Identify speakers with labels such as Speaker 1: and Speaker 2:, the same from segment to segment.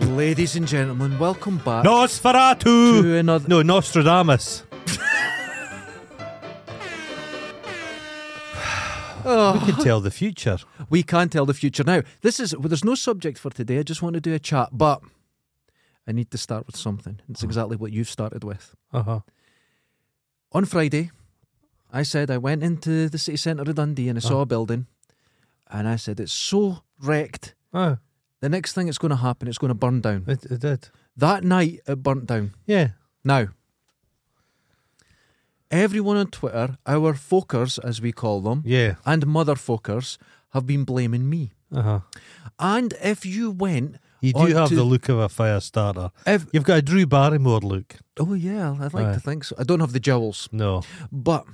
Speaker 1: Ladies and gentlemen, welcome back
Speaker 2: Nosferatu!
Speaker 1: to another.
Speaker 2: No, Nostradamus. we could tell the future.
Speaker 1: We can tell the future now. This is well, there's no subject for today. I just want to do a chat, but I need to start with something. It's exactly what you've started with.
Speaker 2: Uh-huh.
Speaker 1: On Friday, I said I went into the city centre of Dundee and I
Speaker 2: Ah.
Speaker 1: saw a building, and I said it's so wrecked.
Speaker 2: Oh,
Speaker 1: The next thing that's going to happen, it's going to burn down.
Speaker 2: it, it did.
Speaker 1: That night, it burnt down.
Speaker 2: Yeah.
Speaker 1: Now, everyone on Twitter, our folkers as we call them,
Speaker 2: Yeah.
Speaker 1: and motherfuckers have been blaming me.
Speaker 2: Uh-huh. Oh,
Speaker 1: And if you went,
Speaker 2: You do
Speaker 1: On
Speaker 2: have
Speaker 1: to-
Speaker 2: the look of a fire starter.
Speaker 1: if
Speaker 2: You've got a Drew Barrymore look.
Speaker 1: oh yeah, I'd like
Speaker 2: Aye.
Speaker 1: to think so. I don't have the jowls,
Speaker 2: No.
Speaker 1: but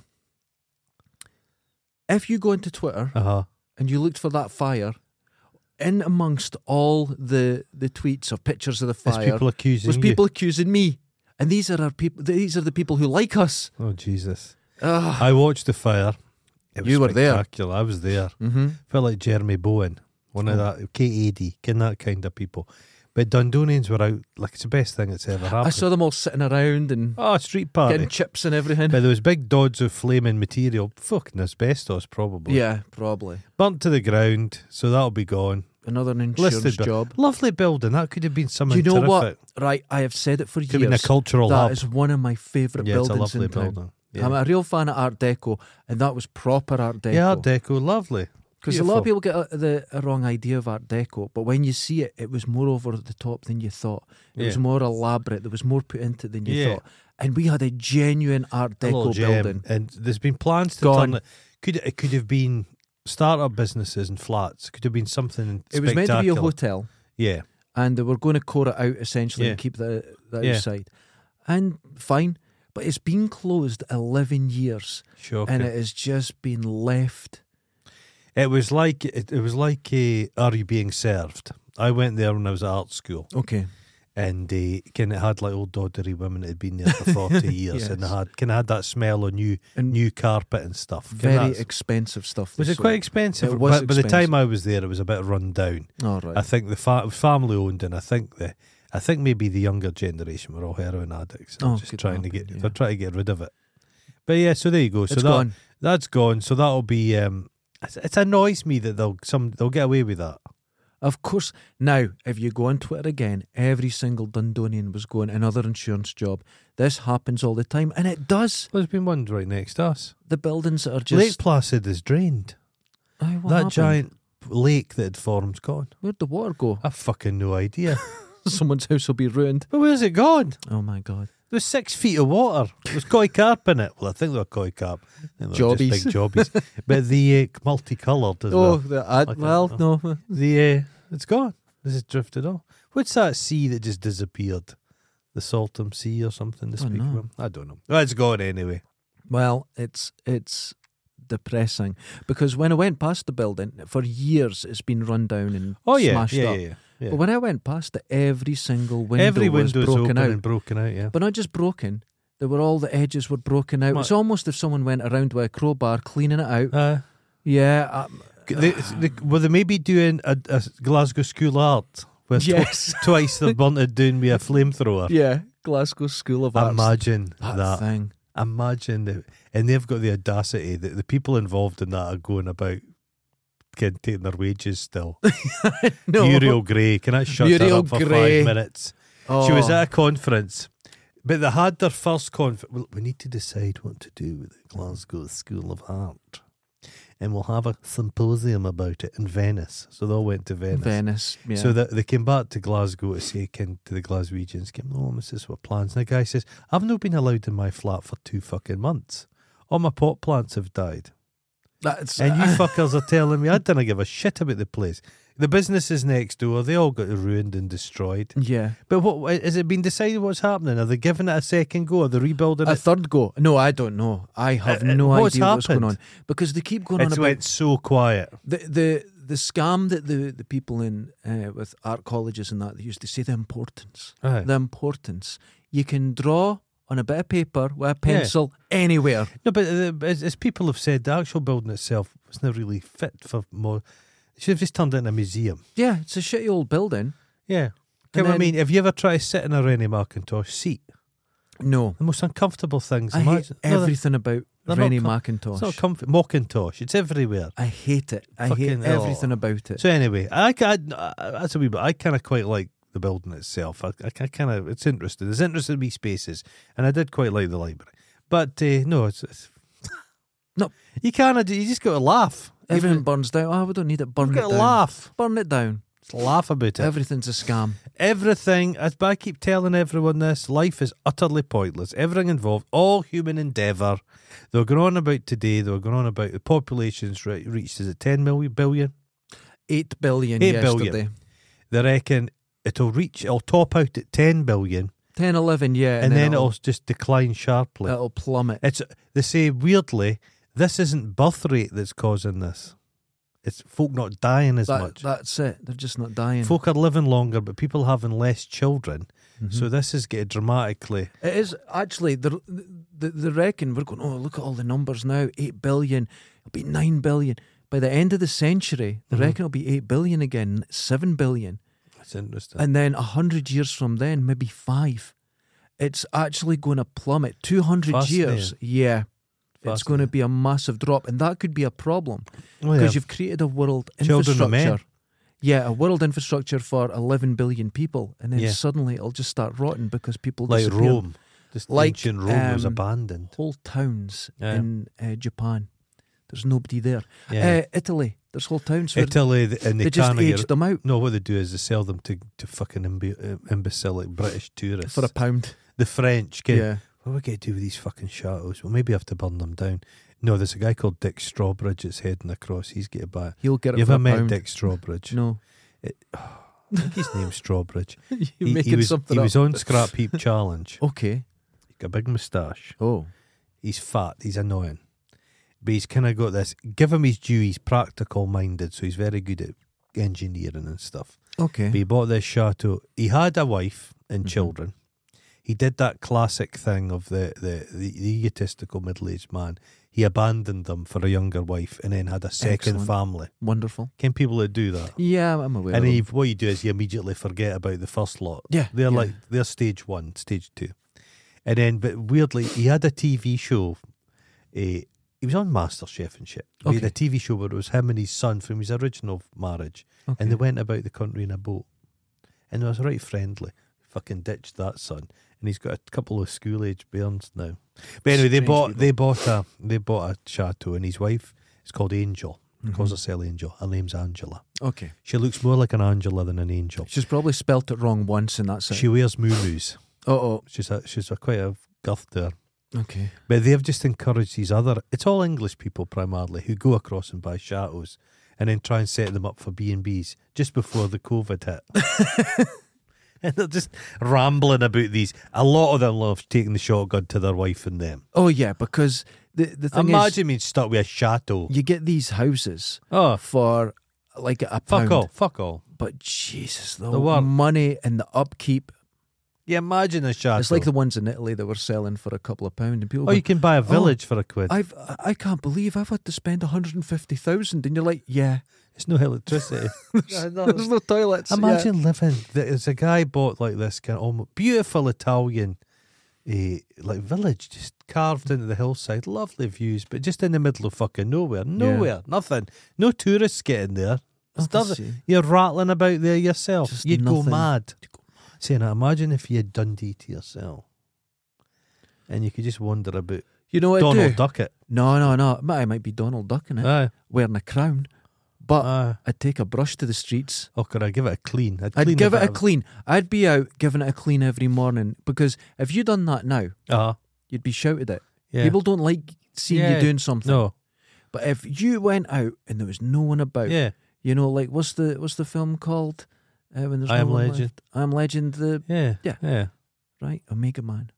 Speaker 1: if you go into Twitter
Speaker 2: Uh-huh.
Speaker 1: and you looked for that fire, in amongst all the the tweets of pictures of the
Speaker 2: It's
Speaker 1: fire
Speaker 2: people accusing
Speaker 1: was people accusing me. And these are our people. These are the people who like us.
Speaker 2: you. Oh, Jesus.
Speaker 1: Ugh.
Speaker 2: I watched the fire. It was
Speaker 1: You were there.
Speaker 2: spectacular. I was there.
Speaker 1: Mhm.
Speaker 2: Felt like Jeremy Bowen, one of
Speaker 1: Oh.
Speaker 2: that KAD, kin that kind of people. But Dundonians were out like it's the best thing that's ever happened.
Speaker 1: I saw them all sitting around and
Speaker 2: oh, street party.
Speaker 1: getting chips and everything.
Speaker 2: But there was big dods of flaming material, fucking asbestos probably.
Speaker 1: yeah, probably
Speaker 2: Burnt to the ground, so that'll be gone.
Speaker 1: another insurance
Speaker 2: Listed bu-
Speaker 1: job.
Speaker 2: Lovely building. That could have been something
Speaker 1: you know
Speaker 2: terrific.
Speaker 1: what? Right, I have said it for
Speaker 2: Could have been a
Speaker 1: years.
Speaker 2: cultural
Speaker 1: That
Speaker 2: hub.
Speaker 1: is one of my favourite
Speaker 2: yeah, it's a
Speaker 1: buildings
Speaker 2: lovely
Speaker 1: in town.
Speaker 2: building. Yeah.
Speaker 1: I'm a real fan of Art Deco, and that was proper Art Deco.
Speaker 2: yeah, Art Deco, lovely.
Speaker 1: Because a lot of
Speaker 2: Beautiful.
Speaker 1: people get a, the a wrong idea of Art Deco, but when you see it, it was more over the top than you thought. It was
Speaker 2: Yeah.
Speaker 1: more elaborate. There was more put into it than you
Speaker 2: Yeah.
Speaker 1: thought. And we had a genuine Art
Speaker 2: A little
Speaker 1: Deco
Speaker 2: gem.
Speaker 1: building.
Speaker 2: And there's been plans to
Speaker 1: Gone.
Speaker 2: turn it. Could it could have been startup businesses and flats? Could have been something.
Speaker 1: It was meant to be a
Speaker 2: spectacular.
Speaker 1: hotel,
Speaker 2: Yeah,
Speaker 1: and they were going to core it out essentially and
Speaker 2: Yeah.
Speaker 1: keep the, the
Speaker 2: Yeah.
Speaker 1: outside. And fine, but it's been closed 11 years,
Speaker 2: sure.
Speaker 1: and it has just been left.
Speaker 2: It was like it, it was like uh, Are You Being Served? I went there when I was at art school,
Speaker 1: Okay.
Speaker 2: and uh, can it had like old doddery women that had been there for forty years, and they
Speaker 1: Yes.
Speaker 2: had can had that smell of new
Speaker 1: And
Speaker 2: new carpet and stuff. Ken,
Speaker 1: very
Speaker 2: that's-
Speaker 1: expensive stuff.
Speaker 2: was
Speaker 1: they
Speaker 2: it quite
Speaker 1: sold.
Speaker 2: expensive?
Speaker 1: It was
Speaker 2: By- By the
Speaker 1: expensive.
Speaker 2: time I was there, it was a bit run down.
Speaker 1: All right.
Speaker 2: I think the fa- it was family owned, and I think the I think maybe the younger generation were all heroin addicts. and
Speaker 1: Oh,
Speaker 2: just
Speaker 1: could
Speaker 2: trying to
Speaker 1: happen,
Speaker 2: get
Speaker 1: yeah.
Speaker 2: they're trying to get rid of it. But yeah, so there you go. So
Speaker 1: It's
Speaker 2: that
Speaker 1: gone.
Speaker 2: that's gone. So that'll be. Um, it's, it annoys me that they'll some they'll get away with that.
Speaker 1: Of course. Now, if you go on Twitter again, every single Dundonian was going another insurance job. This happens all the time, and it does.
Speaker 2: There's been one right next to us.
Speaker 1: The buildings are
Speaker 2: Lake
Speaker 1: just
Speaker 2: Placid is drained.
Speaker 1: Aye, what
Speaker 2: that
Speaker 1: happened?
Speaker 2: giant lake that had formed's gone.
Speaker 1: Where'd the water go?
Speaker 2: I fucking no idea.
Speaker 1: Someone's house will be ruined.
Speaker 2: but where's it gone?
Speaker 1: Oh my god.
Speaker 2: There's six feet of water. There's koi carp in it. Well, I think they were koi carp. They were just
Speaker 1: Jobbies.
Speaker 2: big jobbies. but the uh, multicoloured as
Speaker 1: Oh,
Speaker 2: uh, well.
Speaker 1: the, I,
Speaker 2: Like a-
Speaker 1: well, no.
Speaker 2: The uh, it's gone. This has drifted off. What's that sea that just disappeared? The Saltham Sea or something? To
Speaker 1: Don't
Speaker 2: speak
Speaker 1: know.
Speaker 2: from? I don't know. Well, it's gone anyway.
Speaker 1: Well, it's it's depressing because when I went past the building for years, it's been run down and
Speaker 2: Oh yeah,
Speaker 1: smashed
Speaker 2: yeah,
Speaker 1: up.
Speaker 2: yeah, yeah.
Speaker 1: But when I went past it, every single window
Speaker 2: Every
Speaker 1: was
Speaker 2: window's
Speaker 1: broken
Speaker 2: open
Speaker 1: out.
Speaker 2: and broken out. Yeah.
Speaker 1: But not just broken. There were all the edges were broken out.
Speaker 2: Ma-
Speaker 1: It's almost if someone went around with a crowbar cleaning it out.
Speaker 2: Uh,
Speaker 1: Yeah. Um,
Speaker 2: they, they, were they maybe doing a, a Glasgow School Art? Where tw-
Speaker 1: Yes.
Speaker 2: twice they're bunted down with a flamethrower.
Speaker 1: yeah. Glasgow School of Arts.
Speaker 2: Imagine
Speaker 1: that,
Speaker 2: that.
Speaker 1: thing.
Speaker 2: Imagine the, and they've got the audacity that the people involved in that are going about getting taking their wages still.
Speaker 1: No.
Speaker 2: Muriel Gray, can I shut her
Speaker 1: Muriel
Speaker 2: up for
Speaker 1: Gray.
Speaker 2: five minutes?
Speaker 1: Oh,
Speaker 2: She was at a conference, but they had their first conference. Well, we need to decide what to do with the Glasgow School of Art, and we'll have a symposium about it in Venice. So they all went to Venice.
Speaker 1: Venice. Yeah.
Speaker 2: So that they came back to Glasgow to say kin to the Glaswegians, came, oh, this is what plans. And the guy says, I've not been allowed in my flat for two fucking months. All my pot plants have died.
Speaker 1: That's,
Speaker 2: And you fuckers are telling me I didn't give a shit about the place. The businesses next door, they all got ruined and destroyed.
Speaker 1: yeah.
Speaker 2: But what has it been decided what's happening? Are they giving it a second go? Are they rebuilding
Speaker 1: A
Speaker 2: it?
Speaker 1: third go. No, I don't know. I have
Speaker 2: Uh, uh,
Speaker 1: no
Speaker 2: what's
Speaker 1: idea what's going on
Speaker 2: happened?
Speaker 1: because they keep going
Speaker 2: It's
Speaker 1: on about
Speaker 2: went so quiet.
Speaker 1: the the the scam that the the people in uh, with art colleges and that they used to say the importance,
Speaker 2: Aye.
Speaker 1: the importance. You can draw on a bit of paper with a pencil anywhere.
Speaker 2: No, but uh, as, as people have said, the actual building itself was not really fit for more. It should have just turned it into a museum.
Speaker 1: Yeah, it's a shitty old building,
Speaker 2: Yeah. Come, I
Speaker 1: then-
Speaker 2: mean, have you ever tried to sit in a Rennie McIntosh seat?
Speaker 1: No.
Speaker 2: The most uncomfortable things.
Speaker 1: I hate
Speaker 2: imagine. No, they're-
Speaker 1: everything about
Speaker 2: they're not
Speaker 1: Rennie
Speaker 2: com-
Speaker 1: McIntosh.
Speaker 2: It's not comfy. Mockintosh. It's everywhere.
Speaker 1: I hate it. I
Speaker 2: Fucking-
Speaker 1: hate everything about it.
Speaker 2: So anyway, I, ca- I, I that's a wee bit. I kind of quite like the building itself. I, I kind of it's interesting. There's interesting wee spaces, and I did quite like the library. But uh, no, it's, it's
Speaker 1: No.
Speaker 2: You kind of you just got to laugh.
Speaker 1: Everything burns down. Oh, we don't need it. Burn
Speaker 2: You've
Speaker 1: it
Speaker 2: got
Speaker 1: down.
Speaker 2: to laugh.
Speaker 1: Burn it down.
Speaker 2: Just laugh about it.
Speaker 1: Everything's a scam.
Speaker 2: Everything, as I keep telling everyone this, life is utterly pointless. Everything involved, all human endeavour. They were going on about today, they were going on about the population's re- reached, is it 10 million billion?
Speaker 1: Eight billion
Speaker 2: Eight billion.
Speaker 1: yesterday.
Speaker 2: They reckon it'll reach, it'll top out at 10 billion
Speaker 1: Ten, eleven, yeah.
Speaker 2: and, then, it'll, just decline sharply.
Speaker 1: it'll, it'll plummet.
Speaker 2: It's They say, weirdly, this isn't birth rate that's causing this. It's folk not dying as
Speaker 1: That-
Speaker 2: much.
Speaker 1: That's it. They're just not dying.
Speaker 2: folk are living longer, but people having less children.
Speaker 1: Mhm.
Speaker 2: So this is getting dramatically.
Speaker 1: It is actually the the the reckon we're going. Oh, look at all the numbers now. Eight billion. It'll be nine billion by the end of the century. They
Speaker 2: Mhm.
Speaker 1: reckon it'll be eight billion again, seven billion,
Speaker 2: It's interesting.
Speaker 1: and then a hundred years from then, maybe five. It's actually going to plummet. Two hundred years. Yeah. It's going to be a massive drop, and that could be a problem because you've created a world
Speaker 2: Oh, Children of men.
Speaker 1: infrastructure. Yeah, a world infrastructure for 11 billion people, and then
Speaker 2: Yeah.
Speaker 1: suddenly it'll just start rotting because people
Speaker 2: like
Speaker 1: disappear.
Speaker 2: Rome. Just
Speaker 1: Like,
Speaker 2: ancient Rome was
Speaker 1: um,
Speaker 2: abandoned.
Speaker 1: whole towns
Speaker 2: Yeah.
Speaker 1: in uh, Japan. There's nobody there.
Speaker 2: Yeah.
Speaker 1: Uh, Italy, there's whole towns where
Speaker 2: Italy, th- and
Speaker 1: they,
Speaker 2: they,
Speaker 1: just
Speaker 2: can't
Speaker 1: aged
Speaker 2: get.
Speaker 1: them out
Speaker 2: No, what they do is they sell them to, to fucking imbe- uh, imbecilic British tourists.
Speaker 1: for a pound.
Speaker 2: the French. Get,
Speaker 1: Yeah.
Speaker 2: What are we going to do with these fucking chateaus? Well, maybe I have to burn them down. No, there's a guy called Dick Strawbridge that's heading across. He's getting back.
Speaker 1: He'll get it
Speaker 2: You
Speaker 1: for
Speaker 2: ever
Speaker 1: a
Speaker 2: met
Speaker 1: pound.
Speaker 2: Dick Strawbridge?
Speaker 1: No.
Speaker 2: I think his name's Strawbridge.
Speaker 1: You're
Speaker 2: he,
Speaker 1: making
Speaker 2: he was,
Speaker 1: something
Speaker 2: he
Speaker 1: up.
Speaker 2: was on Scrap Heap Challenge.
Speaker 1: Okay.
Speaker 2: He's got a big moustache.
Speaker 1: Oh.
Speaker 2: He's fat. He's annoying. But he's kind of got this. Give him his due. He's practical minded, so he's very good at engineering and stuff. But
Speaker 1: Okay.
Speaker 2: he bought this chateau. He had a wife and
Speaker 1: Mhm.
Speaker 2: children. He did that classic thing of the the, the, the egotistical middle aged man. He abandoned them for a younger wife and then had a second
Speaker 1: Excellent.
Speaker 2: family.
Speaker 1: Wonderful.
Speaker 2: Can people that do that?
Speaker 1: Yeah, I'm aware.
Speaker 2: And
Speaker 1: of
Speaker 2: then
Speaker 1: them.
Speaker 2: you- what you do is you immediately forget about the first lot.
Speaker 1: Yeah,
Speaker 2: They're
Speaker 1: yeah.
Speaker 2: like they're stage one, stage two, and then but weirdly he had a TV show. Uh, he was on MasterChef and shit. He had a
Speaker 1: Okay.
Speaker 2: TV show where it was him and his son from his original marriage,
Speaker 1: Okay.
Speaker 2: and they went about the country in a boat, and it was right friendly. Fucking ditched that son, and he's got a couple of school age bairns now. But anyway, they
Speaker 1: Strange
Speaker 2: bought
Speaker 1: people.
Speaker 2: they bought a they bought a chateau, and his wife is called Angel.
Speaker 1: Mhm.
Speaker 2: Calls herself Angel. Her name's Angela.
Speaker 1: Okay.
Speaker 2: She looks more like an Angela than an angel.
Speaker 1: She's probably spelt it wrong once, and that's it.
Speaker 2: She wears muumuus.
Speaker 1: oh,
Speaker 2: She's a, she's a quite a girth to her.
Speaker 1: oh. Okay.
Speaker 2: But they've just encouraged these other. It's all English people primarily who go across and buy chateaus, and then try and set them up for B and B's just before the COVID hit. and they're just rambling about these. A lot of them love taking the shotgun to their wife and them.
Speaker 1: Oh, yeah, because the, the thing
Speaker 2: Imagine being stuck with a chateau.
Speaker 1: is, you get these houses
Speaker 2: Oh, f-
Speaker 1: for like a
Speaker 2: fuck
Speaker 1: pound.
Speaker 2: all, fuck all.
Speaker 1: But Jesus, the,
Speaker 2: The what?
Speaker 1: money and the upkeep.
Speaker 2: Yeah, imagine a chateau.
Speaker 1: It's like the ones in Italy that were selling for a couple of pound, and people. go,
Speaker 2: oh, you can buy a village for a quid.
Speaker 1: I've I- I can't believe I've had to spend one hundred and fifty thousand, and you're like, yeah,
Speaker 2: It's no electricity.
Speaker 1: there's no toilets. yeah.
Speaker 2: Imagine living. There's a guy bought like this kind of almost beautiful Italian, eh, like village, just carved into the hillside, lovely views, but just in the middle of fucking nowhere, nowhere, nothing, no tourists getting there. It's
Speaker 1: Obviously.
Speaker 2: nothing. You're rattling about there yourself.
Speaker 1: Just
Speaker 2: You'd go
Speaker 1: nothing.
Speaker 2: mad. Saying, that, imagine if you had Dundee to yourself, and you could just wander about.
Speaker 1: you know what I
Speaker 2: Donald
Speaker 1: do?
Speaker 2: Duck it.
Speaker 1: no, no, no. It might, it might be Donald Duck in it,
Speaker 2: Aye,
Speaker 1: wearing a crown, but
Speaker 2: aye.
Speaker 1: I'd take a brush to the streets.
Speaker 2: Oh, could I give it a clean? I'd,
Speaker 1: I'd
Speaker 2: clean
Speaker 1: give it a
Speaker 2: bit of-
Speaker 1: clean. I'd be out giving it a clean every morning because if you done that now,
Speaker 2: Ah,
Speaker 1: you'd be shouted at.
Speaker 2: yeah.
Speaker 1: People don't like seeing
Speaker 2: Yeah.
Speaker 1: you doing something.
Speaker 2: No.
Speaker 1: But if you went out and there was no one about,
Speaker 2: Yeah.
Speaker 1: you know, like what's the what's the film called? Uh, when there's
Speaker 2: I
Speaker 1: no
Speaker 2: am
Speaker 1: one left?
Speaker 2: Legend.
Speaker 1: I am Legend. The
Speaker 2: Yeah.
Speaker 1: Yeah.
Speaker 2: Yeah.
Speaker 1: right Omega Man.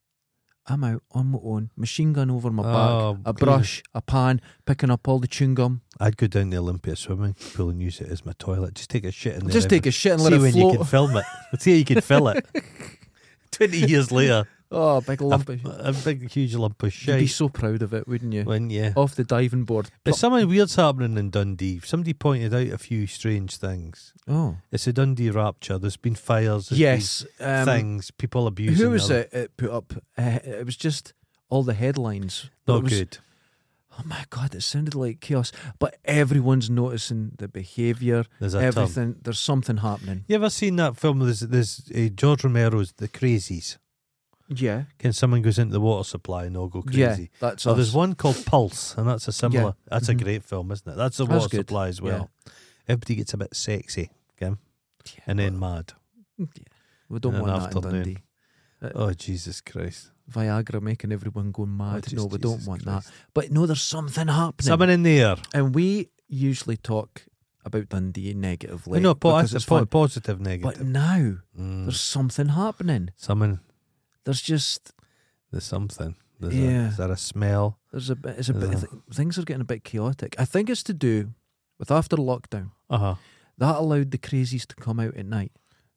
Speaker 1: I'm out on my own, machine gun over my
Speaker 2: Oh,
Speaker 1: back, a
Speaker 2: goodness.
Speaker 1: brush, a pan, picking up all the chewing gum.
Speaker 2: I'd go down the Olympia swimming pool and use it as my toilet. Just take a shit in there.
Speaker 1: Just take a shit and
Speaker 2: see
Speaker 1: let it
Speaker 2: when you
Speaker 1: float.
Speaker 2: can film it. See how you can fill it. Twenty years later,
Speaker 1: Oh, a big lump. of
Speaker 2: A big, huge lump of
Speaker 1: You'd be Oh,
Speaker 2: shit.
Speaker 1: so proud of it, wouldn't you?
Speaker 2: When yeah,
Speaker 1: Off the diving board.
Speaker 2: but something weird's happening in Dundee. Somebody pointed out a few strange things.
Speaker 1: Oh.
Speaker 2: It's a Dundee rapture. There's been fires. there's
Speaker 1: Yes.
Speaker 2: been
Speaker 1: Um,
Speaker 2: things people abusing.
Speaker 1: Who was
Speaker 2: other-
Speaker 1: it, it put up? Uh, it was just all the headlines.
Speaker 2: Not
Speaker 1: It was-
Speaker 2: good.
Speaker 1: Oh my god, it sounded like chaos. But everyone's noticing the behaviour,
Speaker 2: There's a term.
Speaker 1: everything. There's something happening.
Speaker 2: You ever seen that film? There's there's uh, George Romero's The Crazies.
Speaker 1: Yeah,
Speaker 2: Can someone goes into the water supply and all go crazy?
Speaker 1: yeah. That's
Speaker 2: So
Speaker 1: us.
Speaker 2: there's one called Pulse, and that's a similar. That's
Speaker 1: Mhm.
Speaker 2: a great film, isn't it? That's the
Speaker 1: That's
Speaker 2: water
Speaker 1: good.
Speaker 2: supply as well. Everybody gets a bit sexy, okay,
Speaker 1: Yeah,
Speaker 2: and then mad.
Speaker 1: we don't
Speaker 2: in an
Speaker 1: want that in
Speaker 2: afternoon.
Speaker 1: Dundee.
Speaker 2: Oh Jesus Christ!
Speaker 1: Viagra making everyone go
Speaker 2: Oh,
Speaker 1: mad.
Speaker 2: just
Speaker 1: no, we don't
Speaker 2: Jesus
Speaker 1: want
Speaker 2: Christ.
Speaker 1: that. But no, there's something happening.
Speaker 2: Someone in the air.
Speaker 1: and we usually talk about Dundee negatively.
Speaker 2: no, po-
Speaker 1: because
Speaker 2: that's a
Speaker 1: it's
Speaker 2: po-
Speaker 1: fun.
Speaker 2: positive,
Speaker 1: But
Speaker 2: negative.
Speaker 1: now
Speaker 2: Mm.
Speaker 1: there's something happening.
Speaker 2: Someone,
Speaker 1: There's just
Speaker 2: there's something. There's
Speaker 1: Yeah.
Speaker 2: A, is that a smell?
Speaker 1: There's a bit. It's a bit.
Speaker 2: Yeah.
Speaker 1: th- things are getting a bit chaotic. I think it's to do with after lockdown
Speaker 2: Uh huh.
Speaker 1: that allowed the crazies to come out at night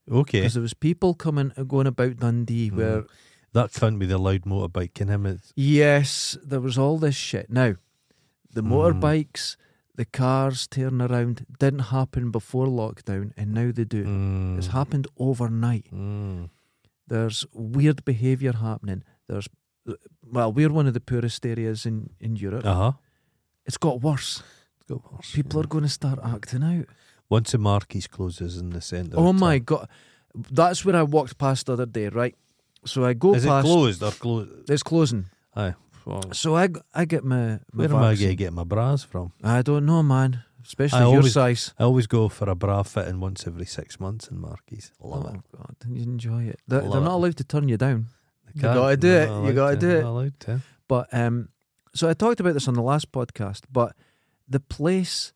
Speaker 2: Okay.
Speaker 1: because there was people coming and going about Dundee
Speaker 2: Mm.
Speaker 1: where
Speaker 2: That can't be the loud motorbike. Can him? It's,
Speaker 1: yes, there was all this shit. Now, the
Speaker 2: Mm.
Speaker 1: motorbikes, the cars tearing around didn't happen before lockdown, and now they do.
Speaker 2: mm.
Speaker 1: It's happened overnight.
Speaker 2: Mm.
Speaker 1: There's weird behaviour happening. There's well, we're one of the poorest areas in in Europe.
Speaker 2: Uh huh.
Speaker 1: It's got worse. People
Speaker 2: Hmm.
Speaker 1: are going to start acting out.
Speaker 2: Mm. Once the Marquis closes in the centre.
Speaker 1: Oh
Speaker 2: of
Speaker 1: my
Speaker 2: town.
Speaker 1: god, that's where I walked past the other day, right? So I go
Speaker 2: Is it
Speaker 1: past.
Speaker 2: closed or closed?
Speaker 1: It's closing.
Speaker 2: Aye.
Speaker 1: So I, g- I get my, my
Speaker 2: Where am I
Speaker 1: vaccine.
Speaker 2: going to get my bras from?
Speaker 1: I don't know, man. Especially
Speaker 2: I
Speaker 1: your
Speaker 2: always-
Speaker 1: size.
Speaker 2: I always go for a bra fitting once every six months in Marquis. Love
Speaker 1: oh
Speaker 2: it.
Speaker 1: god, you enjoy it. They're,
Speaker 2: Love
Speaker 1: they're not
Speaker 2: it.
Speaker 1: allowed to turn you down.
Speaker 2: You
Speaker 1: gotta do it. You gotta do it.
Speaker 2: Allowed to.
Speaker 1: But um, so I talked about this on the last podcast. But the place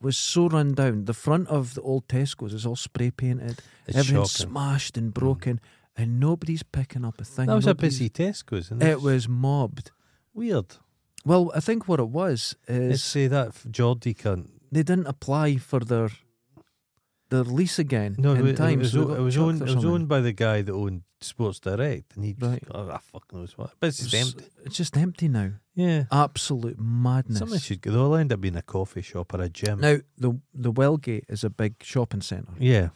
Speaker 1: was so run down. The front of the old Tesco's is all spray painted.
Speaker 2: It's
Speaker 1: Everything's
Speaker 2: shocking. Mm.
Speaker 1: smashed and broken, and nobody's picking up a thing.
Speaker 2: That was a
Speaker 1: Nobody's-
Speaker 2: busy Tesco's. isn't
Speaker 1: It was mobbed.
Speaker 2: weird.
Speaker 1: Well, I think what it was
Speaker 2: Let's
Speaker 1: is
Speaker 2: say that f- Geordie cunt.
Speaker 1: they didn't apply for their their lease again
Speaker 2: No,
Speaker 1: in
Speaker 2: it, it
Speaker 1: time.
Speaker 2: was,
Speaker 1: so they
Speaker 2: o-
Speaker 1: got
Speaker 2: it was
Speaker 1: chucked
Speaker 2: owned.
Speaker 1: or
Speaker 2: It was
Speaker 1: something.
Speaker 2: owned by the guy that owned Sports Direct, and he just,
Speaker 1: Right.
Speaker 2: oh, I fuck knows what. But it's just
Speaker 1: It's-
Speaker 2: empty.
Speaker 1: It's just empty now.
Speaker 2: Yeah,
Speaker 1: Absolute madness.
Speaker 2: something should go. They'll end up being a coffee shop or a gym.
Speaker 1: now the the Wellgate is a big shopping centre.
Speaker 2: yeah,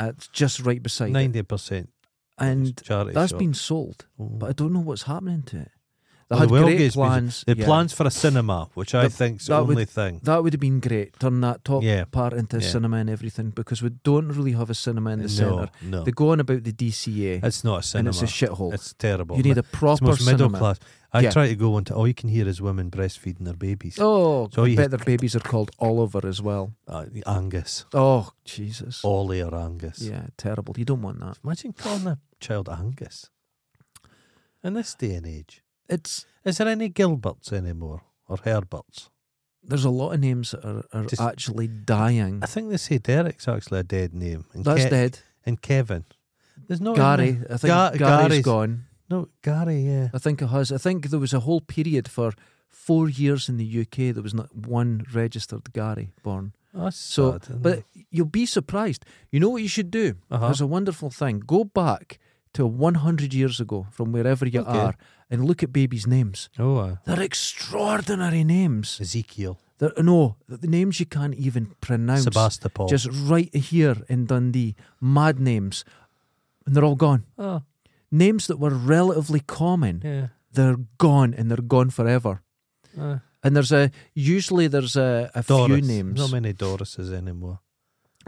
Speaker 1: Uh, It's just right beside it.
Speaker 2: ninety percent
Speaker 1: and
Speaker 2: charity.
Speaker 1: that's
Speaker 2: shop.
Speaker 1: been sold,
Speaker 2: Mm.
Speaker 1: but I don't know what's happening to it. They
Speaker 2: Well,
Speaker 1: had
Speaker 2: Oh, the Wellgate's been-
Speaker 1: great plans.
Speaker 2: the
Speaker 1: yeah.
Speaker 2: plans for a cinema, which I
Speaker 1: The-
Speaker 2: think's the
Speaker 1: that would-
Speaker 2: only thing.
Speaker 1: that would have been great. Turn that top
Speaker 2: Yeah.
Speaker 1: part into a
Speaker 2: Yeah.
Speaker 1: cinema and everything because we don't really have a cinema in the
Speaker 2: no,
Speaker 1: centre.
Speaker 2: no,
Speaker 1: They go on about the DCA
Speaker 2: it's not a
Speaker 1: and
Speaker 2: cinema.
Speaker 1: it's a shithole.
Speaker 2: It's terrible.
Speaker 1: You need a
Speaker 2: it's
Speaker 1: proper
Speaker 2: most middle
Speaker 1: cinema.
Speaker 2: class. I
Speaker 1: Yeah.
Speaker 2: try to go into all you can hear is women breastfeeding their babies.
Speaker 1: Oh,
Speaker 2: So
Speaker 1: I
Speaker 2: you-
Speaker 1: bet their babies are called Oliver as well.
Speaker 2: Uh, Angus,
Speaker 1: Oh, Jesus.
Speaker 2: Ollie or Angus.
Speaker 1: Yeah, terrible. You don't want that.
Speaker 2: Imagine calling a child Angus in this day and age.
Speaker 1: It's
Speaker 2: Is there any Gilberts anymore or Herberts?
Speaker 1: there's a lot of names that are, are
Speaker 2: Just-
Speaker 1: actually dying.
Speaker 2: I think they say Derek's actually a dead name. And
Speaker 1: That's
Speaker 2: Ke-
Speaker 1: dead.
Speaker 2: And Kevin. There's no
Speaker 1: Gary, I think
Speaker 2: Ga-
Speaker 1: Oh, Gary's
Speaker 2: Gary's-
Speaker 1: gone.
Speaker 2: No, Gary. Yeah.
Speaker 1: I think it has. I think there was a whole period for four years in the UK there was not one registered Gary born.
Speaker 2: That's
Speaker 1: So,
Speaker 2: sad, isn't
Speaker 1: but
Speaker 2: it?
Speaker 1: you'll be surprised. You know what you should do?
Speaker 2: Uh-huh.
Speaker 1: There's a wonderful thing. Go back to 100 years ago from wherever you
Speaker 2: Okay.
Speaker 1: are and look at babies' names.
Speaker 2: oh, uh,
Speaker 1: They're extraordinary names.
Speaker 2: Ezekiel,
Speaker 1: They're, no, the names you can't even pronounce.
Speaker 2: Sebastopol.
Speaker 1: Just right here in Dundee, mad names, and they're all gone.
Speaker 2: oh,
Speaker 1: Names that were relatively common,
Speaker 2: yeah.
Speaker 1: they're gone and they're gone forever.
Speaker 2: Uh,
Speaker 1: And there's a usually there's a, a few
Speaker 2: Doris.
Speaker 1: names,
Speaker 2: Not many Dorises anymore.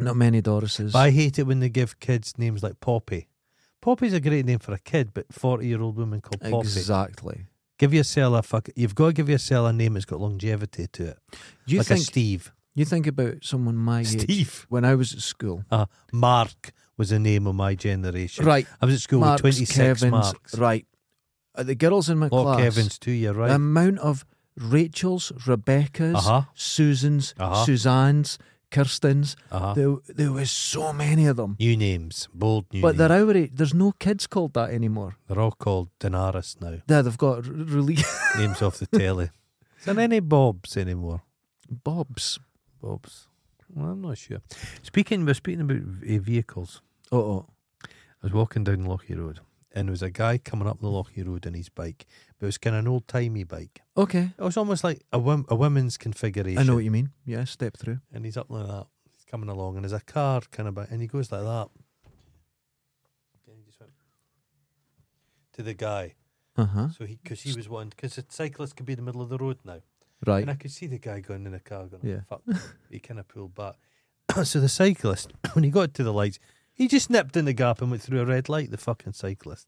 Speaker 1: not many Dorises.
Speaker 2: But I hate it when they give kids names like Poppy. Poppy's a great name for a kid, but forty-year-old woman called Poppy.
Speaker 1: Exactly.
Speaker 2: Give yourself a fuck. You've got to give yourself a name that's got longevity to it,
Speaker 1: You
Speaker 2: like a
Speaker 1: think
Speaker 2: Steve.
Speaker 1: you think about someone my age
Speaker 2: Steve.
Speaker 1: when I was at school,
Speaker 2: Uh, Mark was the name of my generation.
Speaker 1: right?
Speaker 2: I was at school
Speaker 1: Marks,
Speaker 2: with twenty-six
Speaker 1: Kevins,
Speaker 2: marks.
Speaker 1: right? Uh, the girls in my
Speaker 2: Lot of
Speaker 1: class,
Speaker 2: Kevin's too. You're right.
Speaker 1: the amount of Rachels, Rebecca's,
Speaker 2: Uh-huh.
Speaker 1: Susans,
Speaker 2: Uh-huh.
Speaker 1: Suzanne's, Kirstens.
Speaker 2: uh-huh.
Speaker 1: There, there was so many of them.
Speaker 2: New names, bold new.
Speaker 1: But
Speaker 2: names.
Speaker 1: they're our age. There's no kids called that anymore.
Speaker 2: they're all called Daenerys now.
Speaker 1: There, they've got r- really
Speaker 2: names off the telly. Is there any Bobs anymore?
Speaker 1: Bob's.
Speaker 2: Bobs. Well, I'm not sure. Speaking, we're speaking about v- eh, vehicles.
Speaker 1: Oh, oh.
Speaker 2: I was walking down Lockie Road and there was a guy coming up the Lochy Road on his bike, but it was kind of an old timey bike.
Speaker 1: Okay.
Speaker 2: It was almost like a, wom- a women's configuration.
Speaker 1: I know what you mean. Yeah, step through.
Speaker 2: And he's up like that. He's coming along, and there's a car kind of, by, and he goes like that. And he just went to the guy.
Speaker 1: Uh huh.
Speaker 2: So he, because he was one, because the cyclist could be in the middle of the road now.
Speaker 1: Right.
Speaker 2: And I could see the guy going in the car going,
Speaker 1: Yeah.
Speaker 2: fuck. he kind of pulled back. so the cyclist, when he got to the lights, he just nipped in the gap and went through a red light, the fucking cyclist.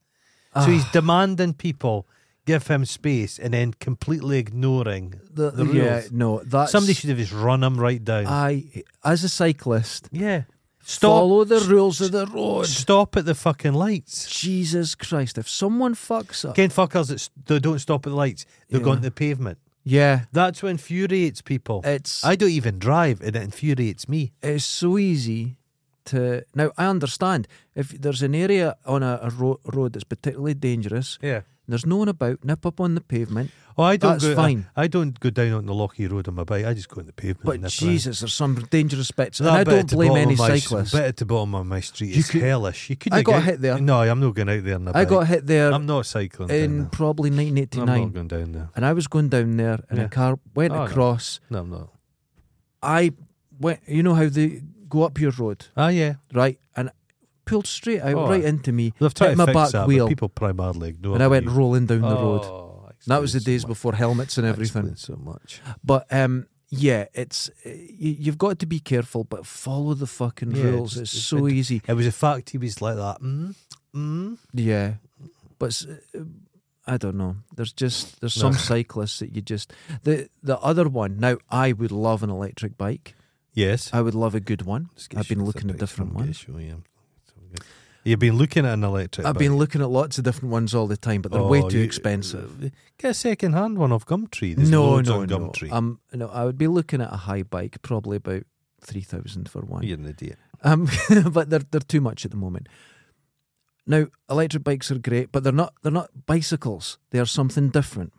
Speaker 1: Ah,
Speaker 2: So he's demanding people give him space and then completely ignoring the, rules.
Speaker 1: yeah, no, that's Ah.
Speaker 2: Somebody should have just run him right down.
Speaker 1: I, as a cyclist,
Speaker 2: yeah. Stop.
Speaker 1: follow the rules of the road.
Speaker 2: Stop at the fucking lights.
Speaker 1: Jesus Christ! If someone fucks up,
Speaker 2: Again, fuckers that s- that don't stop at the lights, they go
Speaker 1: Yeah.
Speaker 2: onto the pavement.
Speaker 1: yeah,
Speaker 2: That's what infuriates people.
Speaker 1: it's
Speaker 2: I don't even drive, and it infuriates me.
Speaker 1: it's so easy to now. I understand if there's an area on a, a ro- road that's particularly dangerous,
Speaker 2: Yeah.
Speaker 1: and there's no one about, nip up on the pavement.
Speaker 2: Oh, I don't
Speaker 1: That's
Speaker 2: go. I-
Speaker 1: fine.
Speaker 2: I, don't go down on the Lochy Road on my bike. I just go on the pavement.
Speaker 1: But
Speaker 2: and nip around.
Speaker 1: Jesus, there's some dangerous bits, and
Speaker 2: That
Speaker 1: I
Speaker 2: bit at
Speaker 1: don't
Speaker 2: the
Speaker 1: blame
Speaker 2: bottom
Speaker 1: any
Speaker 2: of my s-
Speaker 1: cyclist.
Speaker 2: Bit at the bottom of my street
Speaker 1: You
Speaker 2: is
Speaker 1: could-
Speaker 2: hellish. You could.
Speaker 1: I got hit there.
Speaker 2: No, I'm not going out there. On the
Speaker 1: I
Speaker 2: bike.
Speaker 1: got hit there
Speaker 2: I'm not cycling. down
Speaker 1: in
Speaker 2: there.
Speaker 1: probably
Speaker 2: I'm not
Speaker 1: 1989,
Speaker 2: going down there.
Speaker 1: and I was going down there, and
Speaker 2: Yeah.
Speaker 1: a car went
Speaker 2: Oh, no.
Speaker 1: across.
Speaker 2: No, I'm not.
Speaker 1: I went, you know how they go up your road,
Speaker 2: Ah, yeah.
Speaker 1: right? And pulled straight out,
Speaker 2: Oh,
Speaker 1: right
Speaker 2: aye.
Speaker 1: into me,
Speaker 2: They've tried
Speaker 1: hit
Speaker 2: to
Speaker 1: my
Speaker 2: fix
Speaker 1: back
Speaker 2: that, but
Speaker 1: wheel,
Speaker 2: people primarily ignore.
Speaker 1: and I went
Speaker 2: me.
Speaker 1: rolling down the road.
Speaker 2: Oh,
Speaker 1: And that was the
Speaker 2: explains
Speaker 1: days
Speaker 2: so much.
Speaker 1: before helmets and everything.
Speaker 2: Explains So much.
Speaker 1: But um, yeah, it's uh, you, you've got to be careful, but follow the fucking
Speaker 2: Yeah,
Speaker 1: rules.
Speaker 2: it's-
Speaker 1: It's,
Speaker 2: it's
Speaker 1: so
Speaker 2: been-
Speaker 1: easy.
Speaker 2: It was a fact. He was like that. Mm, mm.
Speaker 1: Yeah, but s- uh, I don't know. There's just there's
Speaker 2: No.
Speaker 1: some cyclists that you just the the other one. Now I would love an electric bike.
Speaker 2: Yes.
Speaker 1: I would love a good one.
Speaker 2: Let's get
Speaker 1: I've been
Speaker 2: you
Speaker 1: looking at
Speaker 2: something
Speaker 1: different
Speaker 2: from
Speaker 1: ones.
Speaker 2: Gesho, yeah. You've been looking at an electric.
Speaker 1: I've
Speaker 2: bike.
Speaker 1: been looking at lots of different ones all the time, but they're way
Speaker 2: Oh,
Speaker 1: too
Speaker 2: you-
Speaker 1: expensive.
Speaker 2: Get a second hand one off Gumtree. There's
Speaker 1: no,
Speaker 2: loads
Speaker 1: no,
Speaker 2: on
Speaker 1: no.
Speaker 2: Gumtree.
Speaker 1: Um, no. I would be looking at a high bike, probably about three thousand for one.
Speaker 2: You're an idiot.
Speaker 1: Um, but they're they're too much at the moment. Now, electric bikes are great, but they're not they're not bicycles. They are something different.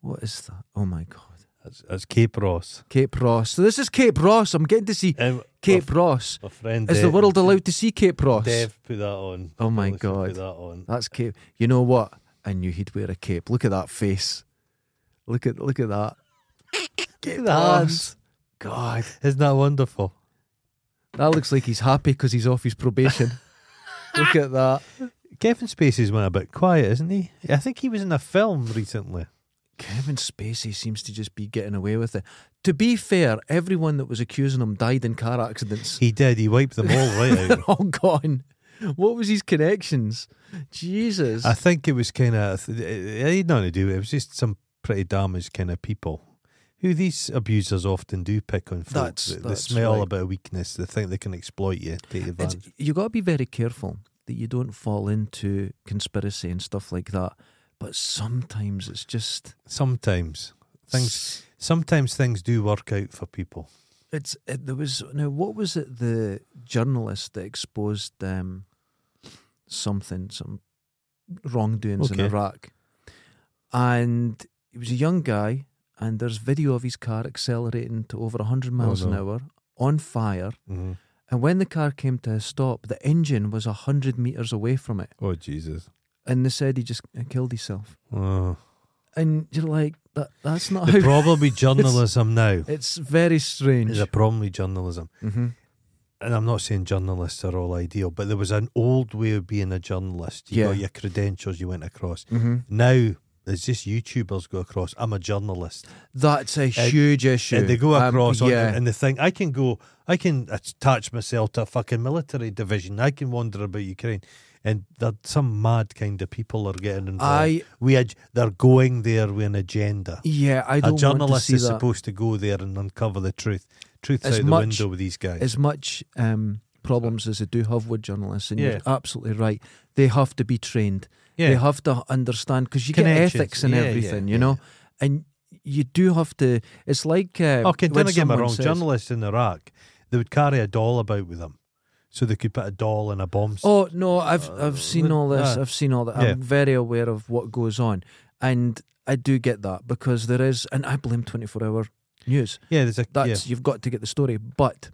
Speaker 1: What is that? Oh my god.
Speaker 2: That's, that's Cape Ross.
Speaker 1: Cape Ross. So this is Cape Ross. I'm getting to see
Speaker 2: Um,
Speaker 1: Cape Ross.
Speaker 2: my friend
Speaker 1: Is the
Speaker 2: Dev-
Speaker 1: world allowed to see Cape Ross?
Speaker 2: Dev put that on.
Speaker 1: Oh my
Speaker 2: Melissa Put
Speaker 1: God.
Speaker 2: that on.
Speaker 1: That's Cape. You know what? I knew he'd wear a cape. Look at that face. Look at look at that.
Speaker 2: Cape
Speaker 1: Ross. God,
Speaker 2: Isn't that wonderful?
Speaker 1: that looks like he's happy because he's off his probation. look at that.
Speaker 2: Kevin Spacey's went a bit quiet, isn't he? I think he was in a film recently.
Speaker 1: Kevin Spacey seems to just be getting away with it. To be fair, everyone that was accusing him died in car accidents.
Speaker 2: He did. He wiped them all right
Speaker 1: They're
Speaker 2: out.
Speaker 1: all gone. What was his connections? Jesus.
Speaker 2: I think it was kind of. It had nothing to do with it. It was just some pretty damaged kind of people who these abusers often do pick on folks.
Speaker 1: That's-
Speaker 2: They-
Speaker 1: that's
Speaker 2: they smell
Speaker 1: right.
Speaker 2: a bit of weakness. They think they can exploit you. Take
Speaker 1: It's,
Speaker 2: advantage.
Speaker 1: you got to be very careful that you don't fall into conspiracy and stuff like that. But sometimes it's just
Speaker 2: sometimes things
Speaker 1: s-
Speaker 2: sometimes things do work out for people.
Speaker 1: It's it, there was now what was it the journalist that exposed um, something some wrongdoings
Speaker 2: Okay.
Speaker 1: in Iraq, and he was a young guy, and there's video of his car accelerating to over hundred miles an
Speaker 2: Oh, no.
Speaker 1: hour on fire,
Speaker 2: Mm-hmm.
Speaker 1: and when the car came to a stop, the engine was hundred meters away from it.
Speaker 2: Oh Jesus!
Speaker 1: and they said he just uh, killed himself.
Speaker 2: Oh.
Speaker 1: And you're like, that, that's not
Speaker 2: The
Speaker 1: how.
Speaker 2: problem with journalism now
Speaker 1: it's very strange.
Speaker 2: is a problem with journalism,
Speaker 1: mm-hmm.
Speaker 2: and I'm not saying journalists are all ideal, but there was an old way of being a journalist. You
Speaker 1: Yeah.
Speaker 2: got your credentials, you went across.
Speaker 1: Mm-hmm.
Speaker 2: Now there's just YouTubers go across. I'm a journalist,
Speaker 1: That's a huge issue.
Speaker 2: and they go
Speaker 1: Um,
Speaker 2: across, on,
Speaker 1: yeah.
Speaker 2: and they think I can go, I can attach myself to a fucking military division. I can wander about Ukraine, and that some mad kind of people are getting involved.
Speaker 1: I
Speaker 2: We ag- they're going there with an agenda.
Speaker 1: yeah, I
Speaker 2: A
Speaker 1: don't want to
Speaker 2: journalist
Speaker 1: see
Speaker 2: is
Speaker 1: that
Speaker 2: supposed to go there and uncover the truth. Truth's
Speaker 1: As
Speaker 2: out the
Speaker 1: much
Speaker 2: window with these guys.
Speaker 1: as much um, problems as they do have with journalists. And
Speaker 2: Yeah.
Speaker 1: you're absolutely right. They have to be trained. They have to understand because you get
Speaker 2: Connections.
Speaker 1: ethics and
Speaker 2: Yeah, yeah,
Speaker 1: everything,
Speaker 2: yeah.
Speaker 1: you know, and you do have to. It's like uh,
Speaker 2: okay,
Speaker 1: when
Speaker 2: don't get Oh, me
Speaker 1: someone
Speaker 2: wrong.
Speaker 1: says-
Speaker 2: Journalists in Iraq, they would carry a doll about with them, so they could put a doll in a bomb. s-
Speaker 1: Oh no, I've
Speaker 2: Uh,
Speaker 1: I've seen
Speaker 2: with-
Speaker 1: all this.
Speaker 2: ah.
Speaker 1: I've seen all that.
Speaker 2: Yeah.
Speaker 1: I'm very aware of what goes on, and I do get that because there is, and I blame 24 hour news.
Speaker 2: yeah, there's a yeah.
Speaker 1: That's you've got to get the story, but